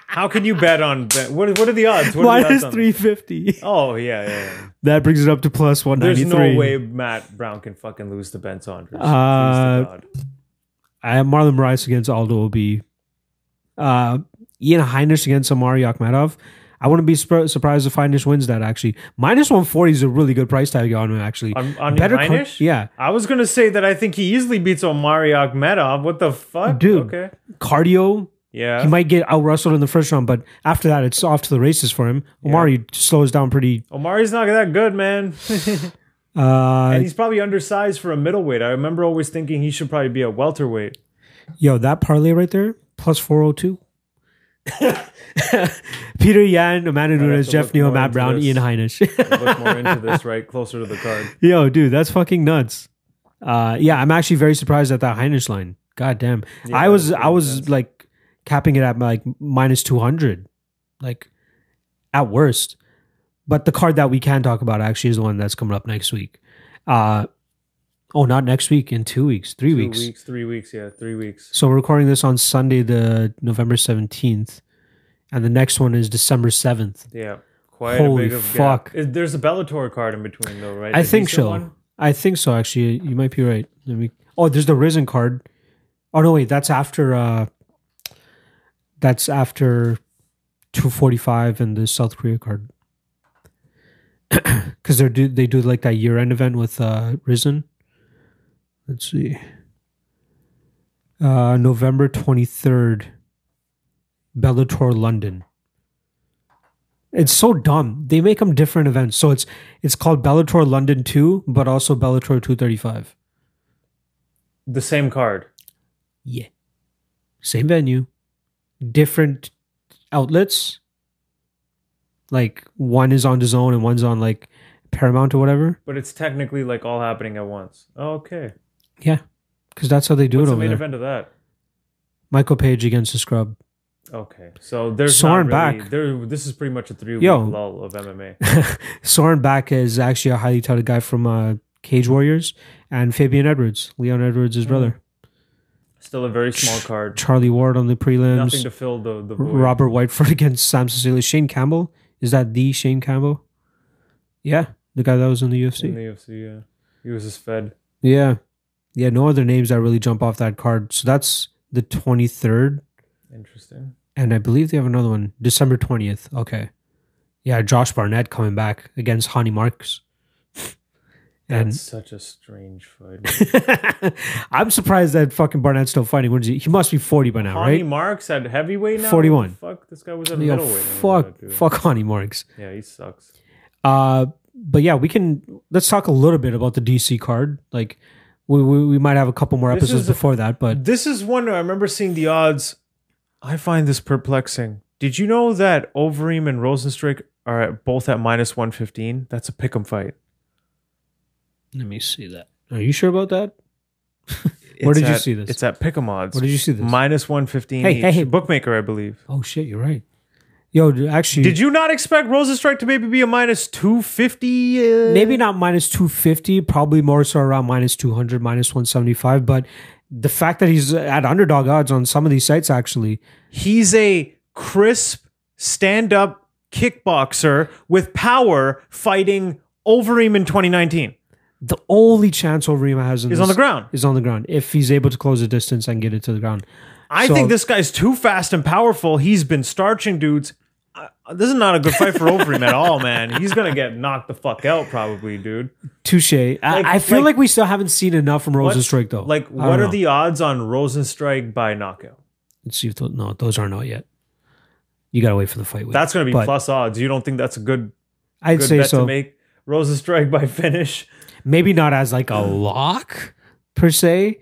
[SPEAKER 2] How can you bet on Ben? What, what are the odds? What are the
[SPEAKER 1] Minus
[SPEAKER 2] odds on-
[SPEAKER 1] three fifty.
[SPEAKER 2] Oh, yeah, yeah, yeah.
[SPEAKER 1] That brings it up to plus one
[SPEAKER 2] There's
[SPEAKER 1] ninety
[SPEAKER 2] no
[SPEAKER 1] three.
[SPEAKER 2] way Matt Brown can fucking lose to Ben Saunders. Please to
[SPEAKER 1] Uh,
[SPEAKER 2] God.
[SPEAKER 1] I have Marlon Rice against Aldo will be. Uh, Ian Heinisch against Amari Akhmedov. I wouldn't be spur- surprised if Heinisch wins that. Actually, minus one forty is a really good price tag on him. Actually,
[SPEAKER 2] On, on
[SPEAKER 1] Better
[SPEAKER 2] Heinisch?
[SPEAKER 1] con- yeah.
[SPEAKER 2] I was going to say that I think he easily beats Omari Akhmedov. What the fuck?
[SPEAKER 1] Dude.
[SPEAKER 2] Okay.
[SPEAKER 1] cardio
[SPEAKER 2] Yeah.
[SPEAKER 1] he might get out wrestled in the first round, but after that, it's off to the races for him. Omari slows down pretty.
[SPEAKER 2] Omari's not that good, man. *laughs*
[SPEAKER 1] Uh,
[SPEAKER 2] and he's probably undersized for a middleweight. I remember always thinking he should probably be a welterweight.
[SPEAKER 1] yo, that parlay right there, plus 402. *laughs* Peter Yan, Amanda Nunes,
[SPEAKER 2] to
[SPEAKER 1] Jeff
[SPEAKER 2] look
[SPEAKER 1] Neal,
[SPEAKER 2] more
[SPEAKER 1] Matt
[SPEAKER 2] into
[SPEAKER 1] Brown,
[SPEAKER 2] this.
[SPEAKER 1] Ian *laughs* Heinisch.
[SPEAKER 2] Look more into this, right? Closer to the card.
[SPEAKER 1] yo, dude, that's fucking nuts. Uh, yeah, I'm actually very surprised at that Heinisch line. God damn. I
[SPEAKER 2] that
[SPEAKER 1] was,
[SPEAKER 2] was
[SPEAKER 1] I was
[SPEAKER 2] nuts.
[SPEAKER 1] like capping it at like minus 200, like at worst. But the card that we can talk about actually is the one that's coming up next week. Uh, oh, not next week, in two weeks, three
[SPEAKER 2] Two
[SPEAKER 1] weeks.
[SPEAKER 2] weeks, three weeks, yeah, three weeks.
[SPEAKER 1] So we're recording this on Sunday, the November 17th. And the next one is December 7th.
[SPEAKER 2] Yeah. Quite
[SPEAKER 1] Holy
[SPEAKER 2] a big of
[SPEAKER 1] fuck.
[SPEAKER 2] gap. Is- There's a Bellator card in between, though, right?
[SPEAKER 1] I
[SPEAKER 2] A
[SPEAKER 1] think
[SPEAKER 2] decent
[SPEAKER 1] so.
[SPEAKER 2] one?
[SPEAKER 1] I think so, actually. You might be right. Let me. Oh, there's the Risen card. Oh, no, wait. That's after. uh That's after 245 and the South Korea card. *clears throat* Because they do they do like that year end event with uh Risen. Let's see. Uh November twenty third, Bellator London. It's so dumb. They make them different events. So it's it's called Bellator London 2, but also Bellator 235.
[SPEAKER 2] The same card.
[SPEAKER 1] Yeah. Same venue, different outlets. Like one is on DAZN and one's on like Paramount or whatever.
[SPEAKER 2] But it's technically like all happening at once. Oh, okay.
[SPEAKER 1] Yeah. Cuz that's how they do
[SPEAKER 2] What's
[SPEAKER 1] it
[SPEAKER 2] the
[SPEAKER 1] over
[SPEAKER 2] main
[SPEAKER 1] there.
[SPEAKER 2] event of that?
[SPEAKER 1] Michael Page against the scrub.
[SPEAKER 2] Okay. So there's
[SPEAKER 1] Soren
[SPEAKER 2] not really,
[SPEAKER 1] Back.
[SPEAKER 2] There, this is pretty much a three week
[SPEAKER 1] Yo.
[SPEAKER 2] lull of MMA.
[SPEAKER 1] Soren Back is actually a highly touted guy from uh, Cage Warriors and Fabian Edwards, Leon Edwards' brother.
[SPEAKER 2] Still a very
[SPEAKER 1] *laughs*
[SPEAKER 2] small card.
[SPEAKER 1] Charlie Ward on the prelims.
[SPEAKER 2] Hmm. Nothing to fill the, the void.
[SPEAKER 1] Robert Whiteford *laughs* against Sam Cecilia. Shane Campbell. Is that the Shane Campbell? Yeah. The guy that was in the UFC.
[SPEAKER 2] in the UFC. Yeah, he was just fed.
[SPEAKER 1] Yeah. Yeah, no other names that really jump off that card. So that's the 23rd.
[SPEAKER 2] Interesting.
[SPEAKER 1] And I believe they have another one, December 20th. Okay. Yeah, Josh Barnett coming back against Honey
[SPEAKER 2] *laughs*
[SPEAKER 1] Marks.
[SPEAKER 2] That's
[SPEAKER 1] And
[SPEAKER 2] such a strange fight.
[SPEAKER 1] *laughs* I'm surprised that fucking Barnett's still fighting. What is he? He must be 40 by now,
[SPEAKER 2] Connie
[SPEAKER 1] right?
[SPEAKER 2] Marks at heavyweight now.
[SPEAKER 1] 41.
[SPEAKER 2] What the Fuck, this guy was at
[SPEAKER 1] Yo,
[SPEAKER 2] middleweight. I remember
[SPEAKER 1] fuck,
[SPEAKER 2] that dude.
[SPEAKER 1] fuck Honey Marks.
[SPEAKER 2] Yeah, he sucks.
[SPEAKER 1] Uh, but yeah, we can let's talk a little bit about the DC card. Like, we we, we might have a couple more
[SPEAKER 2] This
[SPEAKER 1] episodes
[SPEAKER 2] is a-
[SPEAKER 1] before that, but
[SPEAKER 2] This is one I remember seeing the odds. I find this perplexing. Did you know that Overeem and Rosenstrick are at, both at minus one fifteen? That's a pick'em fight.
[SPEAKER 1] let me see that. Are you sure about that? Where
[SPEAKER 2] It's
[SPEAKER 1] did you
[SPEAKER 2] at-
[SPEAKER 1] see this?
[SPEAKER 2] It's at pick'em odds.
[SPEAKER 1] Where did you see this?
[SPEAKER 2] Minus one fifteen.
[SPEAKER 1] Hey, hey, hey.
[SPEAKER 2] bookmaker, I believe.
[SPEAKER 1] Oh shit, you're right. Yo, d- actually,
[SPEAKER 2] Did you not expect Rosenstrike to maybe be a minus two fifty? Uh,
[SPEAKER 1] maybe not minus 250, probably more so around minus 200, minus 175. But the fact that he's at underdog odds on some of these sites, actually,
[SPEAKER 2] He's a crisp stand up kickboxer with power fighting Overeem in 2019.
[SPEAKER 1] the only chance Overeem has in
[SPEAKER 2] He's
[SPEAKER 1] this
[SPEAKER 2] on the ground.
[SPEAKER 1] is on the ground if he's able to close the distance and get it to the ground.
[SPEAKER 2] I
[SPEAKER 1] So-
[SPEAKER 2] think this guy's too fast and powerful. He's been starching dudes. Uh, this is not a good fight for Overeem at all, man. He's gonna get knocked the fuck out, probably, dude.
[SPEAKER 1] Touche. I, I feel like,
[SPEAKER 2] like-
[SPEAKER 1] we still haven't seen enough from Rosenstrike though.
[SPEAKER 2] Like,
[SPEAKER 1] I don't
[SPEAKER 2] what are
[SPEAKER 1] know.
[SPEAKER 2] the odds on Rosenstrike by knockout?
[SPEAKER 1] Let's see if those, no, those aren't out yet. You gotta wait for the fight week.
[SPEAKER 2] That's gonna be
[SPEAKER 1] But
[SPEAKER 2] plus odds. You don't think that's a good
[SPEAKER 1] I'd
[SPEAKER 2] good
[SPEAKER 1] say
[SPEAKER 2] bet to
[SPEAKER 1] so.
[SPEAKER 2] make? Rosenstrike by finish.
[SPEAKER 1] Maybe not as like a lock per se.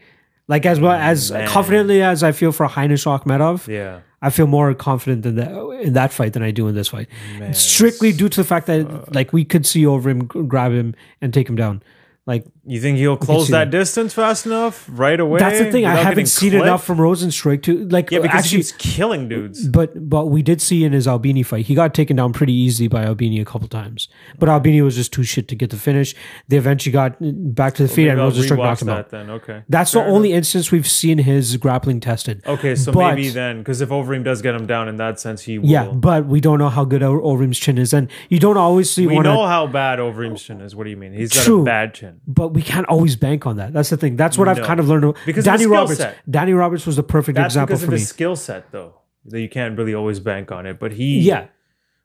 [SPEAKER 1] Like as well as
[SPEAKER 2] Man.
[SPEAKER 1] confidently as I feel for Heinisch Akhmedov,
[SPEAKER 2] Yeah,
[SPEAKER 1] I feel more confident in that in that fight than I do in this fight.
[SPEAKER 2] man. Uh.
[SPEAKER 1] Strictly due to the fact that like we could see over him, g- grab him, and take him down. Like
[SPEAKER 2] You think he'll close
[SPEAKER 1] see
[SPEAKER 2] that
[SPEAKER 1] him.
[SPEAKER 2] distance fast enough right away?
[SPEAKER 1] that's the thing. I
[SPEAKER 2] without getting
[SPEAKER 1] haven't seen
[SPEAKER 2] clipped?
[SPEAKER 1] enough from Rosenstrike to like
[SPEAKER 2] Yeah, because
[SPEAKER 1] actually
[SPEAKER 2] he's killing dudes.
[SPEAKER 1] But but we did see in his Albini fight, he got taken down pretty easily by Albini a couple times. But Albini was just too shit to get the finish. They eventually got back to the feet
[SPEAKER 2] Maybe
[SPEAKER 1] and
[SPEAKER 2] I'll
[SPEAKER 1] Rosenstruck
[SPEAKER 2] rewatch
[SPEAKER 1] knocked him
[SPEAKER 2] that
[SPEAKER 1] out.
[SPEAKER 2] then. Okay.
[SPEAKER 1] That's the only instance we've seen his grappling tested.
[SPEAKER 2] Okay, so
[SPEAKER 1] But-
[SPEAKER 2] maybe then, because if Overeem does get him down in that sense, he will.
[SPEAKER 1] Yeah, but we don't know how good O- Orim's chin is, and you don't always see
[SPEAKER 2] we
[SPEAKER 1] one.
[SPEAKER 2] know how bad Overeem's chin is. What do you mean? He's got
[SPEAKER 1] True.
[SPEAKER 2] a bad chin.
[SPEAKER 1] but we can't always bank on that. That's the thing. That's what I've
[SPEAKER 2] No.
[SPEAKER 1] kind of learned.
[SPEAKER 2] Because of
[SPEAKER 1] Danny
[SPEAKER 2] his skill
[SPEAKER 1] Roberts,
[SPEAKER 2] set.
[SPEAKER 1] Danny Roberts was the perfect
[SPEAKER 2] That's
[SPEAKER 1] example
[SPEAKER 2] because
[SPEAKER 1] for
[SPEAKER 2] of
[SPEAKER 1] me.
[SPEAKER 2] his skill set, though, that you can't really always bank on it. But he,
[SPEAKER 1] Yeah,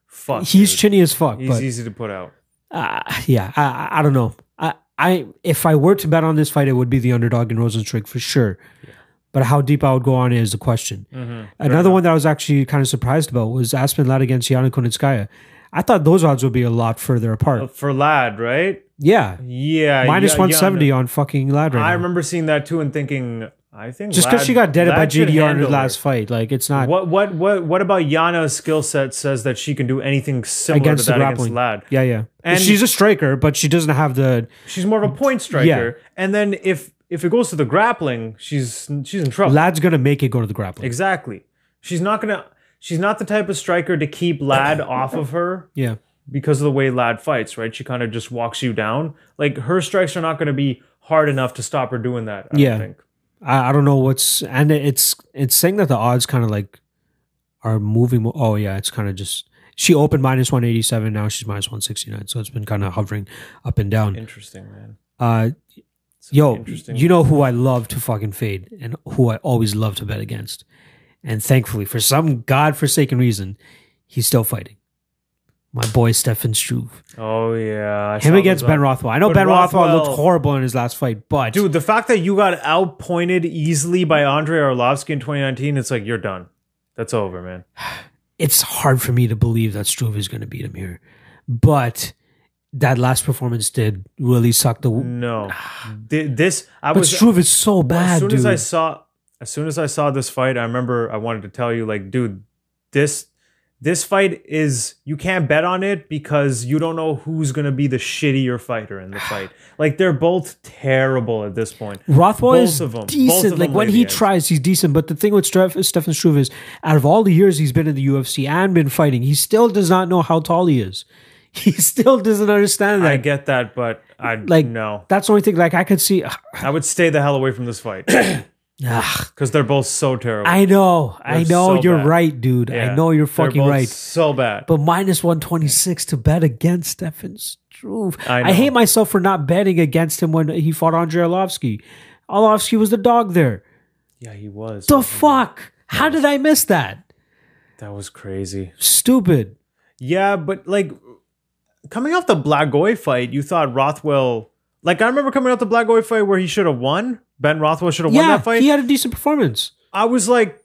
[SPEAKER 2] fuck,
[SPEAKER 1] he's
[SPEAKER 2] dude.
[SPEAKER 1] chinny as fuck.
[SPEAKER 2] He's
[SPEAKER 1] but
[SPEAKER 2] easy to put out.
[SPEAKER 1] uh, yeah, I, I- I don't know. I, I if I were to bet on this fight, it would be the underdog in Rosenstrick for sure. But how deep I would go on is the question.
[SPEAKER 2] Mm-hmm.
[SPEAKER 1] Another one that I was actually kind of surprised about was Aspen Ladd against Yana Kunitskaya. I thought those odds would be a lot further apart.
[SPEAKER 2] For Lad, right?
[SPEAKER 1] yeah.
[SPEAKER 2] Yeah,
[SPEAKER 1] Minus
[SPEAKER 2] yeah, yeah,
[SPEAKER 1] 170 on fucking Ladd right
[SPEAKER 2] I
[SPEAKER 1] now.
[SPEAKER 2] remember seeing that too and thinking, I think
[SPEAKER 1] Just because
[SPEAKER 2] Ladd-
[SPEAKER 1] she got deaded by
[SPEAKER 2] Ladd should
[SPEAKER 1] JDR in her
[SPEAKER 2] handle
[SPEAKER 1] last
[SPEAKER 2] her.
[SPEAKER 1] fight. Like, it's not.
[SPEAKER 2] What what what what about Yana's skill set says that she can do anything similar
[SPEAKER 1] Against
[SPEAKER 2] to
[SPEAKER 1] the
[SPEAKER 2] that against
[SPEAKER 1] grappling.
[SPEAKER 2] Lad?
[SPEAKER 1] Yeah, yeah. And
[SPEAKER 2] And-
[SPEAKER 1] she's a striker, but she doesn't have the.
[SPEAKER 2] She's more of a point striker. And then if if it goes to the grappling, she's she's in trouble.
[SPEAKER 1] Lad's going to make it go to the grappling.
[SPEAKER 2] exactly. She's not gonna. She's not the type of striker to
[SPEAKER 1] *laughs*
[SPEAKER 2] keep Lad off of her
[SPEAKER 1] yeah.
[SPEAKER 2] because of the way Lad fights. Right? She kind of just walks you down. Like her strikes are not going to be hard enough to stop her doing that. I don't
[SPEAKER 1] Yeah.
[SPEAKER 2] think.
[SPEAKER 1] I, I don't know what's and it's it's saying that the odds kind of like are moving. Mo- oh yeah, it's kind of just she opened minus one eighty seven. Now she's minus one sixty nine. So it's been kind of hovering up and down.
[SPEAKER 2] Interesting, man.
[SPEAKER 1] Uh,
[SPEAKER 2] It's
[SPEAKER 1] yo,
[SPEAKER 2] interesting.
[SPEAKER 1] you know who I love to fucking fade and who I always love to bet against, and thankfully for some godforsaken reason, he's still fighting. My boy Stefan Struve.
[SPEAKER 2] oh yeah, I saw
[SPEAKER 1] Him
[SPEAKER 2] those
[SPEAKER 1] against Ben
[SPEAKER 2] odds.
[SPEAKER 1] Rothwell. I know
[SPEAKER 2] But
[SPEAKER 1] Ben Rothwell,
[SPEAKER 2] Rothwell-
[SPEAKER 1] looked horrible in his last fight, but
[SPEAKER 2] Dude, the fact that you got outpointed easily by Andre Arlovsky in 2019, it's like you're done. That's over, man.
[SPEAKER 1] it's hard for me to believe that Struve is going to beat him here. But that last performance did really suck the.
[SPEAKER 2] No, Th- this Mm. I
[SPEAKER 1] Ah. but
[SPEAKER 2] was
[SPEAKER 1] Struve is so
[SPEAKER 2] as
[SPEAKER 1] bad,
[SPEAKER 2] soon
[SPEAKER 1] dude.
[SPEAKER 2] as I saw as soon as I saw this fight, I remember I wanted to tell you like, dude, this this fight is you can't bet on it because you don't know who's gonna be the shittier
[SPEAKER 1] *sighs*
[SPEAKER 2] fighter in the fight. Like they're both terrible at this point.
[SPEAKER 1] Rothwell
[SPEAKER 2] both
[SPEAKER 1] is
[SPEAKER 2] of 'em- both
[SPEAKER 1] decent.
[SPEAKER 2] of
[SPEAKER 1] Like
[SPEAKER 2] 'em
[SPEAKER 1] when
[SPEAKER 2] lay
[SPEAKER 1] he
[SPEAKER 2] the eggs.
[SPEAKER 1] tries, he's decent. But the thing with Stref- Stefan Struve is, out of all the years he's been in the UFC and been fighting, he still does not know how tall he is. *laughs* He still doesn't understand
[SPEAKER 2] I
[SPEAKER 1] that.
[SPEAKER 2] get that, but I
[SPEAKER 1] Like-
[SPEAKER 2] like no.
[SPEAKER 1] That's the only thing. Like I could see. *sighs*
[SPEAKER 2] I would stay the hell away from this
[SPEAKER 1] *clears throat*
[SPEAKER 2] fight
[SPEAKER 1] Ugh,
[SPEAKER 2] because they're both so terrible.
[SPEAKER 1] I know. I
[SPEAKER 2] They're
[SPEAKER 1] know
[SPEAKER 2] so
[SPEAKER 1] you're
[SPEAKER 2] bad.
[SPEAKER 1] right, dude. I
[SPEAKER 2] Yeah.
[SPEAKER 1] know you're
[SPEAKER 2] They're
[SPEAKER 1] fucking
[SPEAKER 2] both
[SPEAKER 1] right.
[SPEAKER 2] So bad.
[SPEAKER 1] but minus 126 to bet against Stefan Struve.
[SPEAKER 2] I
[SPEAKER 1] I,
[SPEAKER 2] know.
[SPEAKER 1] hate myself for not betting against him when he fought Andrei Arlovsky. Arlovsky was the dog there.
[SPEAKER 2] yeah, he was.
[SPEAKER 1] The fuck? How did I miss that?
[SPEAKER 2] That was crazy.
[SPEAKER 1] Stupid.
[SPEAKER 2] Yeah, but like coming off the Blagoy fight, you thought Rothwell. Like I remember coming off the Blagoy fight where he should have won. Ben Rothwell should have won
[SPEAKER 1] Yeah,
[SPEAKER 2] that fight.
[SPEAKER 1] he had a decent performance.
[SPEAKER 2] I was like,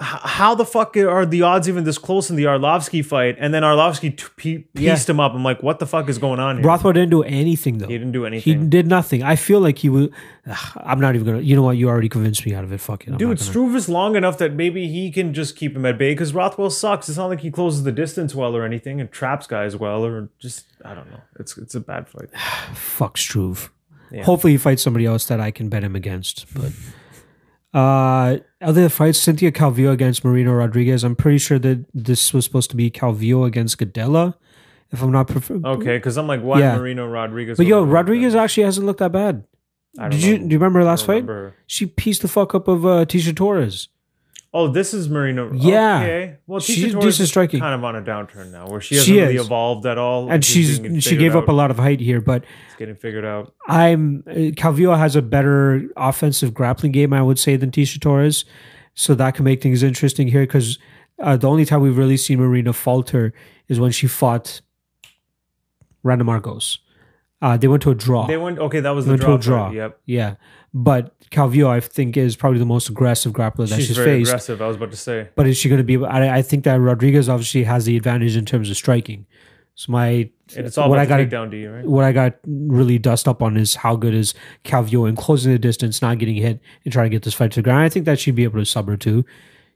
[SPEAKER 2] h- how the fuck are the odds even this close in the Arlovsky fight? And then Arlovsky t- pe- pieced
[SPEAKER 1] Yeah.
[SPEAKER 2] him up. I'm like, what the fuck is going on here?
[SPEAKER 1] Rothwell didn't do anything though.
[SPEAKER 2] he didn't do
[SPEAKER 1] He
[SPEAKER 2] anything.
[SPEAKER 1] did nothing. I feel like he would. Ugh, I'm not even gonna. You know what? You already convinced me out of it. Fuck it. I'm not
[SPEAKER 2] Dude,
[SPEAKER 1] gonna-
[SPEAKER 2] Struve is long enough that maybe he can just keep him at bay because Rothwell sucks. It's not like he closes the distance well or anything and traps guys well or just I don't know. It's it's a bad fight.
[SPEAKER 1] fuck Struve.
[SPEAKER 2] Yeah.
[SPEAKER 1] Hopefully, he fights somebody else that I can bet him against. But uh, other fights, Cynthia Calvillo against Marino Rodriguez. I'm pretty sure that this was supposed to be Calvillo against Gadella, if I'm not. Prefer-
[SPEAKER 2] Okay, because I'm like, why
[SPEAKER 1] Yeah.
[SPEAKER 2] Marino Rodriguez?
[SPEAKER 1] But yo,
[SPEAKER 2] over-
[SPEAKER 1] Rodriguez actually hasn't looked that bad.
[SPEAKER 2] I don't
[SPEAKER 1] Did you
[SPEAKER 2] know.
[SPEAKER 1] do you remember her
[SPEAKER 2] I
[SPEAKER 1] last
[SPEAKER 2] don't
[SPEAKER 1] fight?
[SPEAKER 2] remember.
[SPEAKER 1] She pieced the fuck up of uh, Tisha Torres.
[SPEAKER 2] Oh, this is Marino.
[SPEAKER 1] Yeah.
[SPEAKER 2] Okay. Well, Tisha
[SPEAKER 1] She's
[SPEAKER 2] Torres
[SPEAKER 1] decent
[SPEAKER 2] is
[SPEAKER 1] striking.
[SPEAKER 2] Kind of on a downturn now, where she
[SPEAKER 1] She
[SPEAKER 2] hasn't really
[SPEAKER 1] is.
[SPEAKER 2] evolved at all.
[SPEAKER 1] And she's she gave up a lot of height here, but
[SPEAKER 2] It's getting figured out.
[SPEAKER 1] I'm uh, Calvillo has a better offensive grappling game, I would say, than Tisha Torres. So that could make things interesting here because uh, the only time we've really seen Marina falter is when she fought Random Argos. Uh, they went to a draw.
[SPEAKER 2] They went okay. That was
[SPEAKER 1] They
[SPEAKER 2] the
[SPEAKER 1] went to
[SPEAKER 2] draw.
[SPEAKER 1] a draw.
[SPEAKER 2] part, Yep.
[SPEAKER 1] yeah. But Calvillo, I think, is probably the most aggressive grappler that she's,
[SPEAKER 2] She's, very
[SPEAKER 1] faced.
[SPEAKER 2] aggressive. I was about to say.
[SPEAKER 1] But is she going to be? I, I think that Rodriguez obviously has the advantage in terms of striking. So my
[SPEAKER 2] And it's all
[SPEAKER 1] what
[SPEAKER 2] about
[SPEAKER 1] I
[SPEAKER 2] the
[SPEAKER 1] got
[SPEAKER 2] takedown to you, right?
[SPEAKER 1] what I got really dust up on is how good is Calvillo in closing the distance, not getting hit, and trying to get this fight to the ground. I think that she'd be able to sub her too.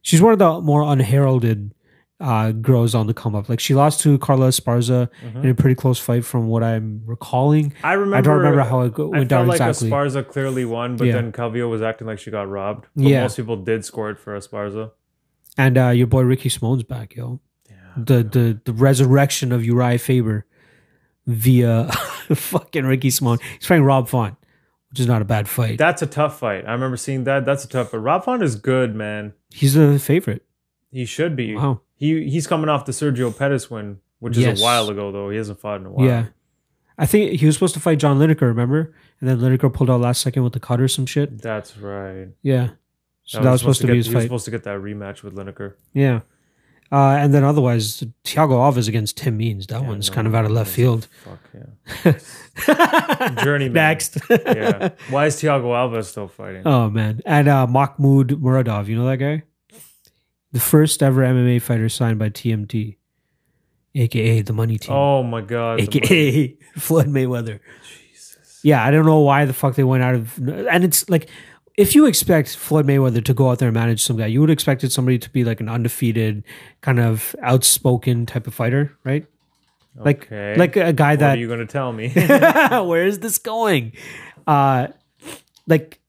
[SPEAKER 1] She's one of the more unheralded uh, girls on the come up. Like she lost to Carla Esparza in a pretty close fight, from what I'm recalling.
[SPEAKER 2] I Mm-hmm. remember.
[SPEAKER 1] I don't remember how it go-
[SPEAKER 2] I
[SPEAKER 1] went
[SPEAKER 2] felt
[SPEAKER 1] down
[SPEAKER 2] like
[SPEAKER 1] exactly.
[SPEAKER 2] Esparza clearly won, but
[SPEAKER 1] Yeah.
[SPEAKER 2] then Calvillo was acting like she got robbed. But
[SPEAKER 1] Yeah.
[SPEAKER 2] most people did score it for Esparza.
[SPEAKER 1] and uh, your boy Ricky Simone's back, yo. the the the resurrection of Uriah Faber via *laughs* fucking Ricky Simone. He's fighting Rob Font, which is not a bad fight.
[SPEAKER 2] That's a tough fight. I remember seeing that. That's a tough fight. Rob Font is good, man.
[SPEAKER 1] He's the favorite.
[SPEAKER 2] He should be.
[SPEAKER 1] Wow.
[SPEAKER 2] He he's coming off the Sergio Pettis win, which is
[SPEAKER 1] Yes.
[SPEAKER 2] a while ago though. He hasn't fought in a while.
[SPEAKER 1] Yeah. I think he was supposed to fight John Lineker, remember? And then Lineker pulled out last second with the cut or some shit.
[SPEAKER 2] That's right.
[SPEAKER 1] Yeah. So that, was supposed, to
[SPEAKER 2] get,
[SPEAKER 1] be his
[SPEAKER 2] He was
[SPEAKER 1] fight.
[SPEAKER 2] supposed to get that rematch with Lineker.
[SPEAKER 1] Yeah. Uh, and then otherwise, Thiago Alves against Tim Means. That
[SPEAKER 2] Yeah,
[SPEAKER 1] one's
[SPEAKER 2] no,
[SPEAKER 1] kind of out of left
[SPEAKER 2] that's-
[SPEAKER 1] field.
[SPEAKER 2] *laughs* Fuck yeah. Journeyman.
[SPEAKER 1] Next.
[SPEAKER 2] *laughs*
[SPEAKER 1] *laughs*
[SPEAKER 2] yeah. Why is Thiago Alves still fighting?
[SPEAKER 1] Oh man, and uh, Mahmoud Muradov, you know that guy, the first ever MMA fighter signed by TMT, aka the Money Team,
[SPEAKER 2] oh my god. the money-
[SPEAKER 1] aka *laughs* Floyd Mayweather.
[SPEAKER 2] Jesus.
[SPEAKER 1] Yeah, I don't know why the fuck they went out of, and it's like, if you expect Floyd Mayweather to go out there and manage some guy, you would expect it somebody to be like an undefeated, kind of outspoken type of fighter, right? Like,
[SPEAKER 2] Okay.
[SPEAKER 1] like a guy
[SPEAKER 2] What
[SPEAKER 1] that *laughs*
[SPEAKER 2] are you gonna tell me?
[SPEAKER 1] where is this going? Uh, like,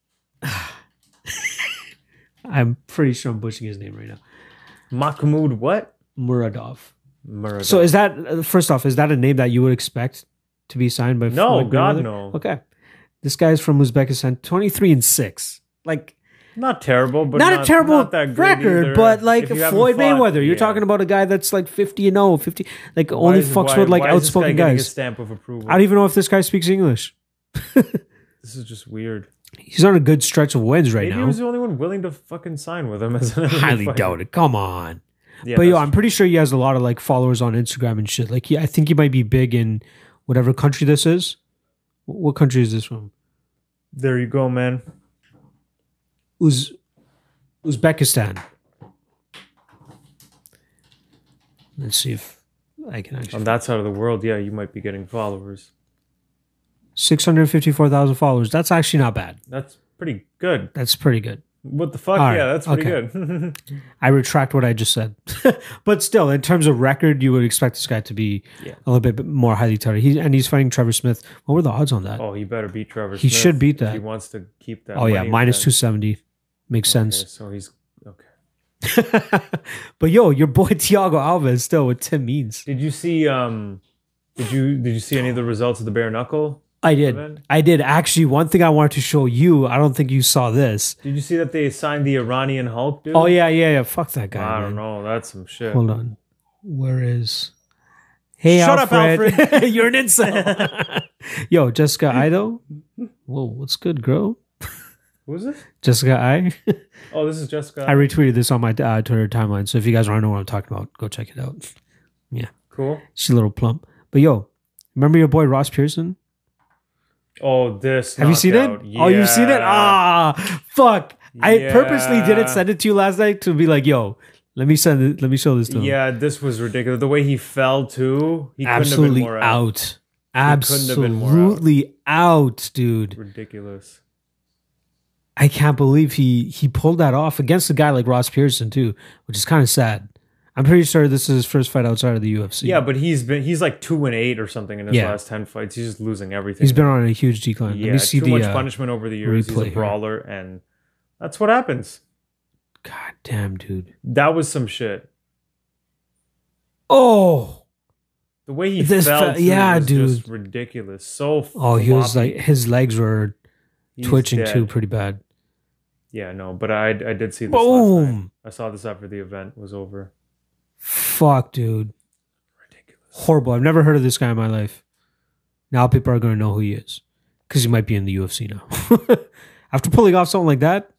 [SPEAKER 1] *sighs* I'm pretty sure I'm butchering his name right now.
[SPEAKER 2] Mahmoud what?
[SPEAKER 1] Muradov.
[SPEAKER 2] Murder.
[SPEAKER 1] So is that uh, first off? Is that a name that you would expect to be signed by?
[SPEAKER 2] No,
[SPEAKER 1] Floyd
[SPEAKER 2] God,
[SPEAKER 1] Mayweather?
[SPEAKER 2] no.
[SPEAKER 1] Okay, this guy's from Uzbekistan. Twenty three and six. Like
[SPEAKER 2] not terrible, but
[SPEAKER 1] not,
[SPEAKER 2] not,
[SPEAKER 1] a terrible
[SPEAKER 2] not that great
[SPEAKER 1] record,
[SPEAKER 2] either.
[SPEAKER 1] but like
[SPEAKER 2] If you haven't
[SPEAKER 1] Floyd
[SPEAKER 2] fought-
[SPEAKER 1] Mayweather. You're
[SPEAKER 2] yeah.
[SPEAKER 1] talking about a guy that's like fifty and 0, 50 Like
[SPEAKER 2] Why
[SPEAKER 1] only
[SPEAKER 2] is-
[SPEAKER 1] fucks
[SPEAKER 2] why-
[SPEAKER 1] with like
[SPEAKER 2] why is this guy
[SPEAKER 1] outspoken
[SPEAKER 2] getting a
[SPEAKER 1] guys.
[SPEAKER 2] stamp of approval.
[SPEAKER 1] I don't even know if this guy speaks English.
[SPEAKER 2] this is just weird.
[SPEAKER 1] He's on a good stretch of wins right
[SPEAKER 2] Maybe
[SPEAKER 1] now.
[SPEAKER 2] he was the only one willing to fucking sign with him. As an
[SPEAKER 1] highly
[SPEAKER 2] fighter.
[SPEAKER 1] doubt it. Come on.
[SPEAKER 2] Yeah,
[SPEAKER 1] but yo,
[SPEAKER 2] that's-
[SPEAKER 1] I'm pretty sure he has a lot of like followers on Instagram and shit. Like, he, I think he might be big in whatever country this is. Wh- What country is this from?
[SPEAKER 2] there you go, man.
[SPEAKER 1] Uz- Uzbekistan. Let's see if I can
[SPEAKER 2] On
[SPEAKER 1] actually.
[SPEAKER 2] that side of the world, yeah, you might be getting followers.
[SPEAKER 1] 654,000 followers. That's actually not bad.
[SPEAKER 2] That's pretty good.
[SPEAKER 1] That's pretty good.
[SPEAKER 2] What the fuck?
[SPEAKER 1] All right,
[SPEAKER 2] Yeah, that's pretty
[SPEAKER 1] okay.
[SPEAKER 2] good. *laughs*
[SPEAKER 1] I retract what I just said. *laughs* but still, in terms of record, you would expect this guy to be
[SPEAKER 2] Yeah.
[SPEAKER 1] a little bit more highly touted. He, and he's fighting Trevor Smith. What were the odds on that?
[SPEAKER 2] oh, he better beat Trevor.
[SPEAKER 1] He
[SPEAKER 2] Smith
[SPEAKER 1] should beat
[SPEAKER 2] if
[SPEAKER 1] that.
[SPEAKER 2] He wants to keep that.
[SPEAKER 1] Oh yeah,
[SPEAKER 2] money
[SPEAKER 1] minus
[SPEAKER 2] that-
[SPEAKER 1] two seventy makes
[SPEAKER 2] Okay,
[SPEAKER 1] sense.
[SPEAKER 2] so he's okay.
[SPEAKER 1] *laughs* but yo, your boy Thiago Alves still with Tim Means.
[SPEAKER 2] Did you see? Um, did you did you see any of the results of the bare knuckle?
[SPEAKER 1] I did,
[SPEAKER 2] Event?
[SPEAKER 1] I did. Actually, one thing I wanted to show you. I don't think you saw this.
[SPEAKER 2] Did you see that they signed the Iranian Hulk dude?
[SPEAKER 1] Oh yeah, yeah, yeah. Fuck that guy.
[SPEAKER 2] I
[SPEAKER 1] man.
[SPEAKER 2] don't know. That's some shit.
[SPEAKER 1] Hold on. Where is? Hey,
[SPEAKER 2] Shut up,
[SPEAKER 1] Alfred. *laughs* You're an
[SPEAKER 2] *laughs*
[SPEAKER 1] incel. yo, Jessica Ido. Whoa, what's good, girl?
[SPEAKER 2] Who's this?
[SPEAKER 1] Jessica I.
[SPEAKER 2] Oh, this is Jessica.
[SPEAKER 1] I retweeted this on my uh, Twitter timeline. So if you guys want to know what I'm talking about, go check it out.
[SPEAKER 2] cool.
[SPEAKER 1] She's a little plump. But yo, remember your boy Ross Pearson?
[SPEAKER 2] Oh, this.
[SPEAKER 1] Have you seen it?
[SPEAKER 2] knockout.
[SPEAKER 1] Oh, you've seen it?
[SPEAKER 2] Yeah.
[SPEAKER 1] Ah, fuck. I purposely
[SPEAKER 2] Yeah.
[SPEAKER 1] didn't send it to you last night to be like, yo, let me send it, let me show this to him.
[SPEAKER 2] Yeah, this was ridiculous. The way he fell too, he
[SPEAKER 1] Absolutely
[SPEAKER 2] couldn't have been more out.
[SPEAKER 1] out.
[SPEAKER 2] couldn't have been more out.
[SPEAKER 1] Absolutely out, dude.
[SPEAKER 2] Ridiculous.
[SPEAKER 1] I can't believe he he pulled that off against a guy like Ross Pearson too, which is kind of sad. I'm pretty sure this is his first fight outside of the UFC.
[SPEAKER 2] Yeah, but he's been he's like two and eight or something in his
[SPEAKER 1] Yeah.
[SPEAKER 2] last ten fights. He's just losing everything.
[SPEAKER 1] he's been on a huge decline.
[SPEAKER 2] yeah,
[SPEAKER 1] let me see
[SPEAKER 2] too
[SPEAKER 1] the
[SPEAKER 2] much
[SPEAKER 1] uh,
[SPEAKER 2] punishment over the years.
[SPEAKER 1] replay
[SPEAKER 2] he's a
[SPEAKER 1] here.
[SPEAKER 2] brawler, and that's what happens.
[SPEAKER 1] God damn, dude.
[SPEAKER 2] That was some shit.
[SPEAKER 1] Oh,
[SPEAKER 2] The way he
[SPEAKER 1] This
[SPEAKER 2] fell,
[SPEAKER 1] fe-
[SPEAKER 2] too
[SPEAKER 1] yeah,
[SPEAKER 2] was just
[SPEAKER 1] dude.
[SPEAKER 2] ridiculous. So
[SPEAKER 1] oh, he was
[SPEAKER 2] floppy.
[SPEAKER 1] like his legs were
[SPEAKER 2] He's
[SPEAKER 1] twitching
[SPEAKER 2] dead.
[SPEAKER 1] too, pretty bad.
[SPEAKER 2] Yeah, no, but I I did see this. Last night.
[SPEAKER 1] Boom.
[SPEAKER 2] I saw this after the event was over.
[SPEAKER 1] Fuck, dude.
[SPEAKER 2] Ridiculous.
[SPEAKER 1] Horrible. I've never heard of this guy in my life. Now people are going to know *laughs* who he is because he might be in the UFC now. After pulling off something like that,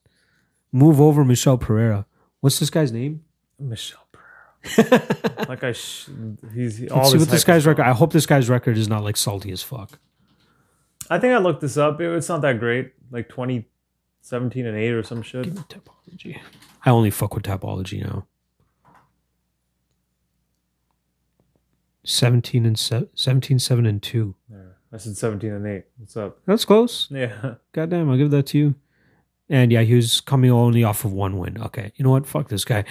[SPEAKER 1] move over Michelle Pereira. What's this guy's name?
[SPEAKER 2] Michelle Pereira. *laughs* like I, sh- he's all
[SPEAKER 1] Let's see what
[SPEAKER 2] hype
[SPEAKER 1] this guy's
[SPEAKER 2] is wrong.
[SPEAKER 1] record. I hope this guy's record is not like salty as fuck.
[SPEAKER 2] I think I looked this up. It- It's not that great. Like 2017 and eight or some shit.
[SPEAKER 1] Typology. I only fuck with typology now. Seventeen and se- 17, seven and two.
[SPEAKER 2] There. I said 17 and eight. What's up?
[SPEAKER 1] That's close.
[SPEAKER 2] Yeah.
[SPEAKER 1] Goddamn, I'll give that to you. And yeah, he was coming only off of one win. Okay, you know what? Fuck this guy.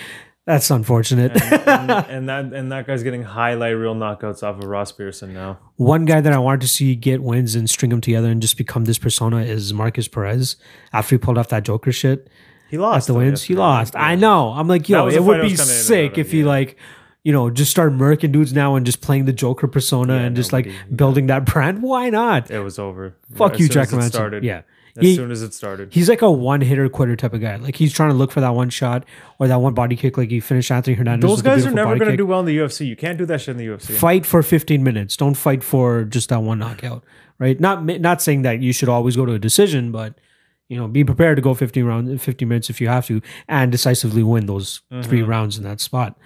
[SPEAKER 1] That's unfortunate.
[SPEAKER 2] *laughs* And, and, and that and that guy's getting highlight reel knockouts off of Ross Pearson now.
[SPEAKER 1] *laughs* one guy that I wanted to see get wins and string them together and just become this persona is Marcus Perez. After he pulled off that Joker shit,
[SPEAKER 2] He lost
[SPEAKER 1] the
[SPEAKER 2] though
[SPEAKER 1] wins, he
[SPEAKER 2] yesterday.
[SPEAKER 1] lost. I know. I'm like,
[SPEAKER 2] That
[SPEAKER 1] yo,
[SPEAKER 2] was the
[SPEAKER 1] it
[SPEAKER 2] fight
[SPEAKER 1] would
[SPEAKER 2] I was
[SPEAKER 1] be
[SPEAKER 2] kinda in and out
[SPEAKER 1] sick
[SPEAKER 2] of,
[SPEAKER 1] if he
[SPEAKER 2] yeah.
[SPEAKER 1] like, you know, just start murking dudes now and just playing the Joker persona
[SPEAKER 2] Yeah,
[SPEAKER 1] and
[SPEAKER 2] no,
[SPEAKER 1] just like
[SPEAKER 2] but he-
[SPEAKER 1] building that *laughs* brand. Why not?
[SPEAKER 2] It was over.
[SPEAKER 1] Fuck
[SPEAKER 2] As
[SPEAKER 1] you,
[SPEAKER 2] soon
[SPEAKER 1] Jack
[SPEAKER 2] as it
[SPEAKER 1] Manson.
[SPEAKER 2] started.
[SPEAKER 1] Yeah.
[SPEAKER 2] As
[SPEAKER 1] He-
[SPEAKER 2] soon as it started.
[SPEAKER 1] He's like a one hitter quitter type of guy. Like he's trying to look for that one shot or that one body kick. Like he finished Anthony Hernandez.
[SPEAKER 2] Those
[SPEAKER 1] with a
[SPEAKER 2] guys are
[SPEAKER 1] beautiful
[SPEAKER 2] never
[SPEAKER 1] body
[SPEAKER 2] going to
[SPEAKER 1] kick.
[SPEAKER 2] do well in the UFC. You can't do that shit in the UFC.
[SPEAKER 1] fight for 15 minutes don't fight for just that one knockout right not mi- not saying that you should always go to a decision but you know be prepared to go 15 round 50 minutes if you have to and decisively win those three
[SPEAKER 2] Mm-hmm.
[SPEAKER 1] rounds in that spot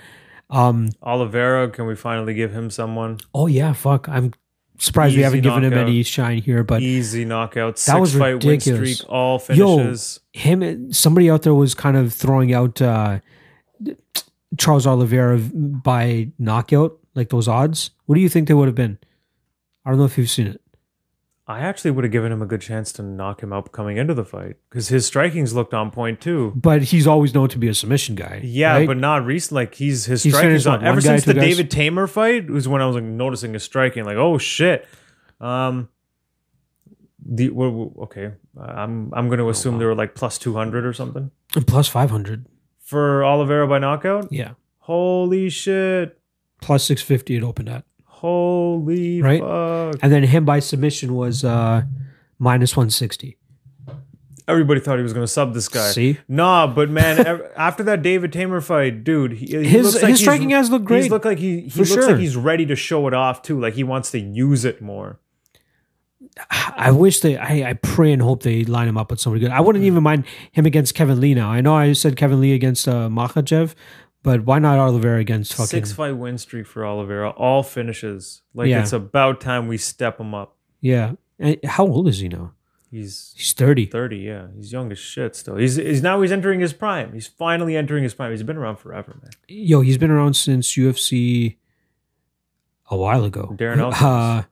[SPEAKER 1] um
[SPEAKER 2] Oliveira, can we finally give him someone?
[SPEAKER 1] oh yeah fuck i'm surprised we
[SPEAKER 2] Easy
[SPEAKER 1] haven't given him
[SPEAKER 2] knockout.
[SPEAKER 1] any shine here but
[SPEAKER 2] Easy knockout. Six
[SPEAKER 1] was
[SPEAKER 2] fight win
[SPEAKER 1] ridiculous.
[SPEAKER 2] streak, all
[SPEAKER 1] Yo.
[SPEAKER 2] finishes.
[SPEAKER 1] him somebody out there was kind of throwing out uh charles oliveira by knockout like those odds what do you think they would have been i don't know if you've seen it
[SPEAKER 2] I actually would have given him a good chance to knock him out coming into the fight because his striking's looked on point too.
[SPEAKER 1] but he's always known to be a submission guy
[SPEAKER 2] Yeah,
[SPEAKER 1] right?
[SPEAKER 2] but not recent. Like he's his
[SPEAKER 1] He's
[SPEAKER 2] striking's
[SPEAKER 1] finished,
[SPEAKER 2] on
[SPEAKER 1] what,
[SPEAKER 2] ever
[SPEAKER 1] one guy,
[SPEAKER 2] since the
[SPEAKER 1] two guys?
[SPEAKER 2] David Tamer fight was when I was like noticing his striking. Like oh shit. Um, the wha- wha- okay. I'm I'm
[SPEAKER 1] Oh,
[SPEAKER 2] going to assume they were like plus two hundred or something
[SPEAKER 1] And plus 500
[SPEAKER 2] for Oliveira by knockout.
[SPEAKER 1] yeah
[SPEAKER 2] Holy shit.
[SPEAKER 1] plus 650 it opened at
[SPEAKER 2] Holy
[SPEAKER 1] Right?
[SPEAKER 2] fuck.
[SPEAKER 1] and then him by submission was uh minus 160
[SPEAKER 2] Everybody thought he was going to sub this guy.
[SPEAKER 1] see
[SPEAKER 2] Nah,
[SPEAKER 1] *laughs*
[SPEAKER 2] but man, ev- after that David Tamer fight, dude, he, he
[SPEAKER 1] his
[SPEAKER 2] looks
[SPEAKER 1] his
[SPEAKER 2] like he's-
[SPEAKER 1] striking has looked
[SPEAKER 2] He
[SPEAKER 1] great
[SPEAKER 2] looks like he, he
[SPEAKER 1] For
[SPEAKER 2] looks
[SPEAKER 1] sure.
[SPEAKER 2] like he's ready to show it off too. Like he wants to use it more.
[SPEAKER 1] i wish they I, I pray and hope they line him up with somebody good i wouldn't even mind him against kevin lee now i know i said kevin lee against uh makhachev but why not Oliveira against fucking
[SPEAKER 2] Six fight win streak for Oliveira, all finishes. Like
[SPEAKER 1] Yeah.
[SPEAKER 2] it's about time we step him up.
[SPEAKER 1] yeah and how old is he now
[SPEAKER 2] He's
[SPEAKER 1] he's 30
[SPEAKER 2] thirty, yeah. He's young as shit still. He's, he's now he's entering his prime. He's finally entering his prime. He's been around forever, man.
[SPEAKER 1] yo he's been around since ufc a while ago
[SPEAKER 2] Darren Elkins.
[SPEAKER 1] uh,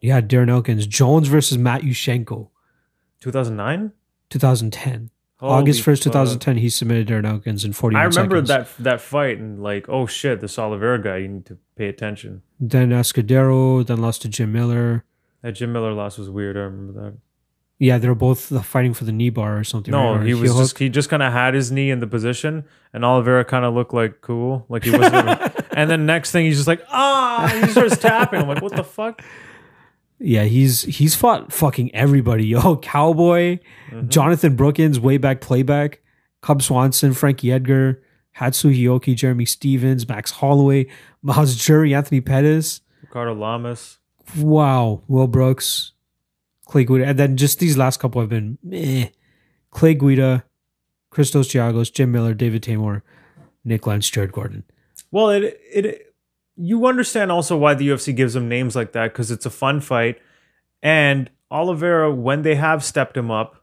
[SPEAKER 1] yeah darren elkins jones versus matt Yushchenko.
[SPEAKER 2] Two thousand nine,
[SPEAKER 1] 2010. August 1st, 2010, he submitted Darren Elkins in 41
[SPEAKER 2] I remember
[SPEAKER 1] seconds.
[SPEAKER 2] that that fight and like, oh shit, this Oliveira guy, you need to pay attention.
[SPEAKER 1] Then Escudero, then lost to Jim Miller.
[SPEAKER 2] That Jim Miller loss was weird. I remember that.
[SPEAKER 1] Yeah, they're both fighting for the knee bar or something.
[SPEAKER 2] No,
[SPEAKER 1] right? Or
[SPEAKER 2] he was
[SPEAKER 1] heel
[SPEAKER 2] just
[SPEAKER 1] hook.
[SPEAKER 2] he just kind of had his knee in the position, and Oliveira kind of looked like cool, like he wasn't. *laughs* even- and then next thing, he's just like ah, and he starts tapping. I'm like, what the fuck?
[SPEAKER 1] Yeah, he's he's fought fucking everybody. Yo, *laughs* Cowboy,
[SPEAKER 2] Mm-hmm.
[SPEAKER 1] Jonathan Brookins, way back playback, Cub Swanson, Frankie Edgar, Hatsu Hioki, Jeremy Stevens, Max Holloway, Miles Jury, Anthony Pettis.
[SPEAKER 2] Ricardo Lamas.
[SPEAKER 1] Wow, Will Brooks, Clay Guida, and then just these last couple have been meh. Clay Guida, Christos Giagos, Jim Miller, David Tamor, Nick Lentz, Jared Gordon.
[SPEAKER 2] Well, it it you understand also why the UFC gives him names like that because it's a fun fight, and Oliveira when they have stepped him up,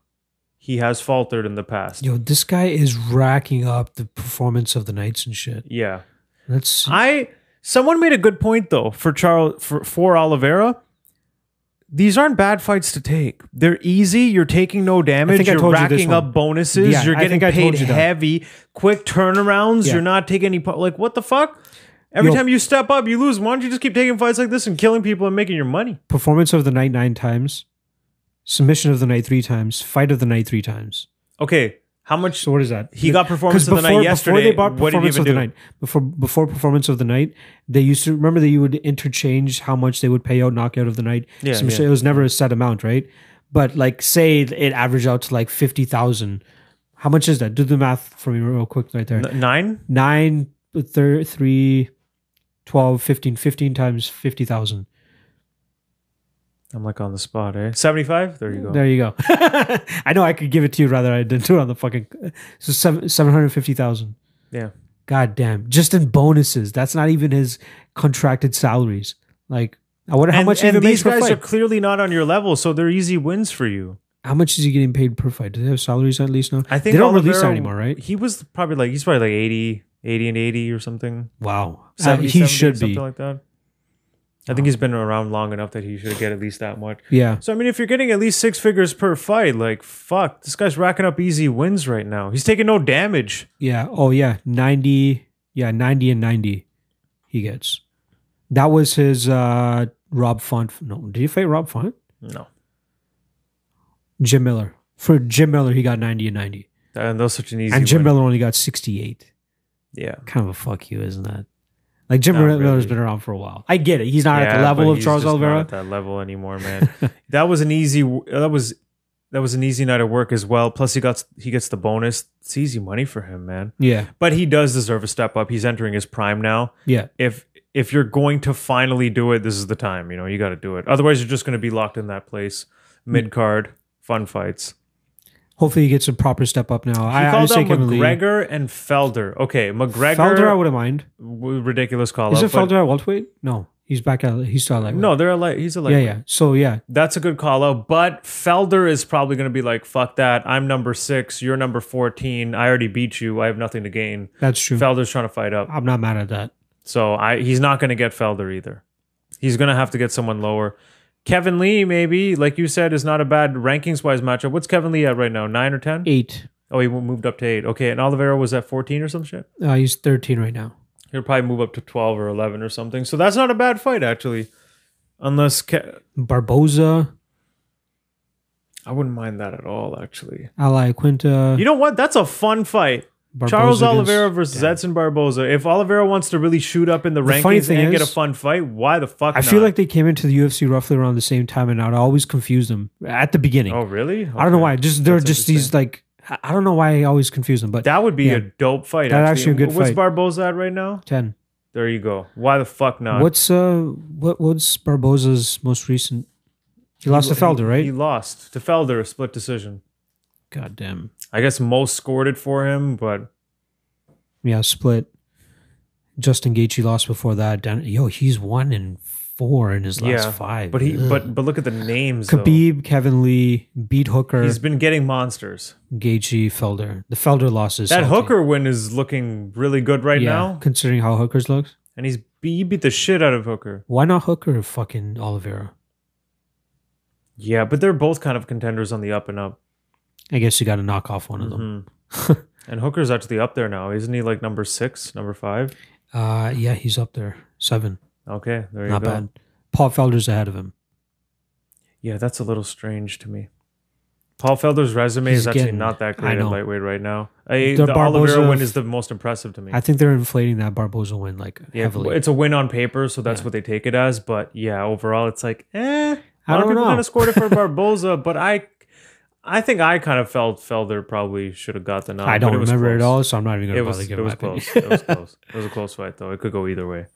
[SPEAKER 2] he has faltered in the past.
[SPEAKER 1] Yo, this guy is racking up the performance of the nights and shit.
[SPEAKER 2] Yeah.
[SPEAKER 1] That's
[SPEAKER 2] I someone made a good point though for Charles for for Oliveira. These aren't bad fights to take. They're easy. You're taking no
[SPEAKER 1] I
[SPEAKER 2] damage.
[SPEAKER 1] think I
[SPEAKER 2] You're
[SPEAKER 1] told you this
[SPEAKER 2] racking up
[SPEAKER 1] one.
[SPEAKER 2] bonuses.
[SPEAKER 1] Yeah,
[SPEAKER 2] you're
[SPEAKER 1] I
[SPEAKER 2] getting
[SPEAKER 1] think I told
[SPEAKER 2] paid
[SPEAKER 1] you that.
[SPEAKER 2] heavy. Quick turnarounds.
[SPEAKER 1] Yeah.
[SPEAKER 2] You're not taking any. pu- Like what the fuck? Every
[SPEAKER 1] Yo.
[SPEAKER 2] time you step up, you lose. Why don't you just keep taking fights like this and killing people and making your money?
[SPEAKER 1] performance of the night nine times, submission of the night three times, fight of the night three times.
[SPEAKER 2] Okay, how much?
[SPEAKER 1] So what is that?
[SPEAKER 2] He got performance
[SPEAKER 1] 'Cause
[SPEAKER 2] of the night yesterday.
[SPEAKER 1] Before they bought
[SPEAKER 2] What did he
[SPEAKER 1] performance
[SPEAKER 2] even
[SPEAKER 1] of the
[SPEAKER 2] do?
[SPEAKER 1] night, before before performance of the night, they used to remember that you would interchange how much they would pay out knockout of the night.
[SPEAKER 2] Yeah,
[SPEAKER 1] Some
[SPEAKER 2] yeah.
[SPEAKER 1] shit. It was never a set amount, right? But like, say it averaged out to like fifty thousand. How much is that? Do the math for me real quick, right there.
[SPEAKER 2] N- nine.
[SPEAKER 1] Nine, thir- three, 12, 15, 15 times fifty thousand.
[SPEAKER 2] I'm like on the spot, eh? 75? There you go.
[SPEAKER 1] There you go. *laughs* I know I could give it to you rather I didn't do it on the fucking. So seven seven hundred fifty thousand.
[SPEAKER 2] Yeah.
[SPEAKER 1] God damn! Just in bonuses. That's not even his contracted salaries. Like I wonder how
[SPEAKER 2] and,
[SPEAKER 1] much he
[SPEAKER 2] and
[SPEAKER 1] even
[SPEAKER 2] these
[SPEAKER 1] makes per
[SPEAKER 2] guys
[SPEAKER 1] fight.
[SPEAKER 2] are clearly not on your level, so they're easy wins for you.
[SPEAKER 1] how much is he getting paid per fight? Do they have salaries at least now?
[SPEAKER 2] I think
[SPEAKER 1] they don't
[SPEAKER 2] Oliveira-
[SPEAKER 1] release that anymore, right?
[SPEAKER 2] He was probably like he's probably like 80, 80 and 80 or something.
[SPEAKER 1] Wow,
[SPEAKER 2] 70,
[SPEAKER 1] Uh, he
[SPEAKER 2] 70,
[SPEAKER 1] should
[SPEAKER 2] something
[SPEAKER 1] be.
[SPEAKER 2] like that. I think he's been around long enough that he should get at least that much.
[SPEAKER 1] yeah,
[SPEAKER 2] So I mean, if you're getting at least six figures per fight, like fuck, this guy's racking up easy wins right now. He's taking no damage.
[SPEAKER 1] yeah. Oh yeah, ninety. Yeah, ninety and ninety. He gets. That was his uh Rob Font. No, did he fight Rob Font?
[SPEAKER 2] No,
[SPEAKER 1] Jim Miller. For Jim Miller, he got ninety and ninety.
[SPEAKER 2] and that's such an easy.
[SPEAKER 1] and Jim
[SPEAKER 2] win.
[SPEAKER 1] Miller only got 68.
[SPEAKER 2] yeah,
[SPEAKER 1] Kind of a fuck you, isn't that? Like Jim
[SPEAKER 2] Not
[SPEAKER 1] Miller's
[SPEAKER 2] really.
[SPEAKER 1] been around for a while. I get it. He's not at
[SPEAKER 2] Yeah,
[SPEAKER 1] the level
[SPEAKER 2] but
[SPEAKER 1] of
[SPEAKER 2] he's
[SPEAKER 1] Charles
[SPEAKER 2] just not
[SPEAKER 1] Oliveira.
[SPEAKER 2] at that level anymore,
[SPEAKER 1] *laughs*
[SPEAKER 2] man. that was an easy. That was that was an easy night of work as well. Plus, he got he gets the bonus. It's easy money for him, man.
[SPEAKER 1] Yeah,
[SPEAKER 2] But he does deserve a step up. He's entering his prime now.
[SPEAKER 1] yeah,
[SPEAKER 2] If if you're going to finally do it, this is the time. You know, you got to do it. Otherwise, you're just going to be locked in that place. Mid card, fun fights.
[SPEAKER 1] hopefully he gets a proper step up now.
[SPEAKER 2] He
[SPEAKER 1] I, I
[SPEAKER 2] called
[SPEAKER 1] was
[SPEAKER 2] out
[SPEAKER 1] taking Lee.
[SPEAKER 2] McGregor and Felder. Okay, McGregor,
[SPEAKER 1] Felder, I wouldn't mind.
[SPEAKER 2] w- ridiculous call
[SPEAKER 1] Is
[SPEAKER 2] out.
[SPEAKER 1] it
[SPEAKER 2] but-
[SPEAKER 1] Felder at welterweight? No, he's back at he's still at lightweight.
[SPEAKER 2] No, they're a light. He's a light.
[SPEAKER 1] yeah, yeah. So yeah,
[SPEAKER 2] That's a good call out. But Felder is probably going to be like, "Fuck that! I'm number six. You're number fourteen. I already beat you. I have nothing to gain."
[SPEAKER 1] that's true.
[SPEAKER 2] Felder's trying to fight up,
[SPEAKER 1] I'm not mad at that.
[SPEAKER 2] so I he's not going to get Felder either. He's going to have to get someone lower. Kevin Lee, maybe, like you said, is not a bad rankings wise matchup. What's Kevin Lee at right now? Nine or ten?
[SPEAKER 1] Eight.
[SPEAKER 2] Oh, he moved up to eight. Okay, and Oliveira was at fourteen or some shit.
[SPEAKER 1] Uh, he's 13 right now.
[SPEAKER 2] He'll probably move up to 12 or 11 or something. So that's not a bad fight, actually. Unless Ke-
[SPEAKER 1] Barboza,
[SPEAKER 2] I wouldn't mind that at all, actually.
[SPEAKER 1] Ali Quinta.
[SPEAKER 2] You know what? That's a fun fight.
[SPEAKER 1] Barboza
[SPEAKER 2] Charles
[SPEAKER 1] against-
[SPEAKER 2] Oliveira versus Edson Barboza. If Oliveira wants to really shoot up in the,
[SPEAKER 1] The funny
[SPEAKER 2] rankings
[SPEAKER 1] thing
[SPEAKER 2] and get a
[SPEAKER 1] is-
[SPEAKER 2] fun fight, why the fuck?
[SPEAKER 1] I feel like they came into the UFC roughly around the same time, and I'd always confuse them at the beginning.
[SPEAKER 2] Oh, really?
[SPEAKER 1] I don't know
[SPEAKER 2] Okay.
[SPEAKER 1] why. Just they're
[SPEAKER 2] That's
[SPEAKER 1] just these like I I don't know why I always confuse them. But
[SPEAKER 2] That would be
[SPEAKER 1] Yeah.
[SPEAKER 2] a dope fight.
[SPEAKER 1] That's
[SPEAKER 2] actually.
[SPEAKER 1] actually a good
[SPEAKER 2] What's
[SPEAKER 1] fight.
[SPEAKER 2] Barboza at right now?
[SPEAKER 1] ten.
[SPEAKER 2] There you go. Why the fuck not?
[SPEAKER 1] What's uh what what's Barboza's most recent? He lost to Felder, right?
[SPEAKER 2] He lost to Felder, a split decision.
[SPEAKER 1] God damn.
[SPEAKER 2] I guess most scored it for him, but
[SPEAKER 1] Yeah, split. Justin Gaethje lost before that. Dan- Yo, he's one in four in his last
[SPEAKER 2] Yeah,
[SPEAKER 1] five.
[SPEAKER 2] but he
[SPEAKER 1] Ugh.
[SPEAKER 2] but but look at the names. though.
[SPEAKER 1] Khabib, Kevin Lee, beat Hooker,
[SPEAKER 2] He's been getting monsters.
[SPEAKER 1] Gaethje, Felder. The Felder losses.
[SPEAKER 2] That Hooker win is looking really good right now,
[SPEAKER 1] considering how Hooker's looks.
[SPEAKER 2] and he's he beat the shit out of Hooker.
[SPEAKER 1] Why not Hooker or fucking Oliveira?
[SPEAKER 2] Yeah, but they're both kind of contenders on the up and up.
[SPEAKER 1] I guess you got to knock off one of them.
[SPEAKER 2] Mhm. and Hooker's actually up there now, isn't he? Like number six, number five.
[SPEAKER 1] *laughs* Uh, yeah, he's up there. Seven.
[SPEAKER 2] Okay, there you
[SPEAKER 1] Not
[SPEAKER 2] go.
[SPEAKER 1] bad. Paul Felder's ahead of him.
[SPEAKER 2] Yeah, that's a little strange to me. Paul Felder's resume
[SPEAKER 1] He's
[SPEAKER 2] is actually
[SPEAKER 1] getting-
[SPEAKER 2] not that
[SPEAKER 1] I
[SPEAKER 2] great at
[SPEAKER 1] know.
[SPEAKER 2] lightweight right now. I,
[SPEAKER 1] The
[SPEAKER 2] the Oliveira
[SPEAKER 1] Barboza-
[SPEAKER 2] win is the most impressive to me.
[SPEAKER 1] I think they're inflating that Barboza win like
[SPEAKER 2] yeah,
[SPEAKER 1] heavily.
[SPEAKER 2] it's a win on paper, so that's what they take it as. But yeah, overall, it's like, eh.
[SPEAKER 1] I
[SPEAKER 2] A lot of
[SPEAKER 1] don't
[SPEAKER 2] people
[SPEAKER 1] know.
[SPEAKER 2] kind of scored it
[SPEAKER 1] *laughs*
[SPEAKER 2] for Barboza, but I, I think I kind of felt Felder probably should have got the nod.
[SPEAKER 1] I
[SPEAKER 2] but
[SPEAKER 1] don't
[SPEAKER 2] it was
[SPEAKER 1] remember it
[SPEAKER 2] close.
[SPEAKER 1] all, so I'm not even
[SPEAKER 2] It
[SPEAKER 1] gonna
[SPEAKER 2] was
[SPEAKER 1] bother
[SPEAKER 2] it
[SPEAKER 1] giving
[SPEAKER 2] was
[SPEAKER 1] my opinion.
[SPEAKER 2] close.
[SPEAKER 1] *laughs*
[SPEAKER 2] It was close. It was a close fight though. It could go either way.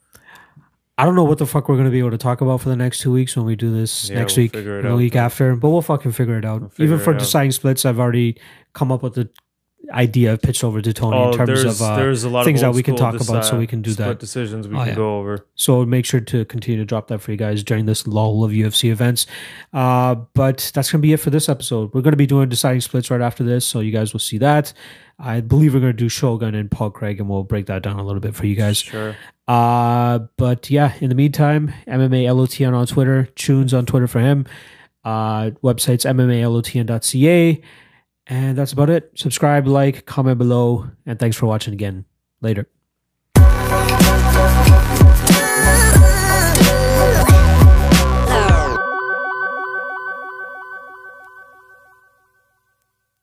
[SPEAKER 1] I don't know what the fuck we're gonna be able to talk about for the next two weeks when we do this
[SPEAKER 2] Yeah,
[SPEAKER 1] next
[SPEAKER 2] we'll
[SPEAKER 1] week
[SPEAKER 2] figure it
[SPEAKER 1] and the
[SPEAKER 2] out.
[SPEAKER 1] week after, but we'll fucking figure it out.
[SPEAKER 2] figure
[SPEAKER 1] even for
[SPEAKER 2] it out.
[SPEAKER 1] deciding splits, I've already come up with the idea pitched over to Tony
[SPEAKER 2] Oh,
[SPEAKER 1] in terms
[SPEAKER 2] there's
[SPEAKER 1] of uh,
[SPEAKER 2] there's a lot
[SPEAKER 1] things
[SPEAKER 2] of
[SPEAKER 1] that
[SPEAKER 2] old
[SPEAKER 1] we can
[SPEAKER 2] school
[SPEAKER 1] talk about, so
[SPEAKER 2] deci-
[SPEAKER 1] we can do
[SPEAKER 2] split
[SPEAKER 1] that.
[SPEAKER 2] decisions we
[SPEAKER 1] Oh,
[SPEAKER 2] can
[SPEAKER 1] yeah.
[SPEAKER 2] go over.
[SPEAKER 1] So make sure to continue to drop that for you guys during this lull of UFC events. Uh, but that's going to be it for this episode. We're going to be doing deciding splits right after this, so you guys will see that. I believe we're going to do Shogun and Paul Craig, and we'll break that down a little bit for you guys.
[SPEAKER 2] Sure.
[SPEAKER 1] Uh, but yeah, in the meantime, MMA LOTN on Twitter, Tunes on Twitter for him, uh, websites MMALOTN.ca. And that's about it. Subscribe, like, comment below, and thanks for watching again. Later.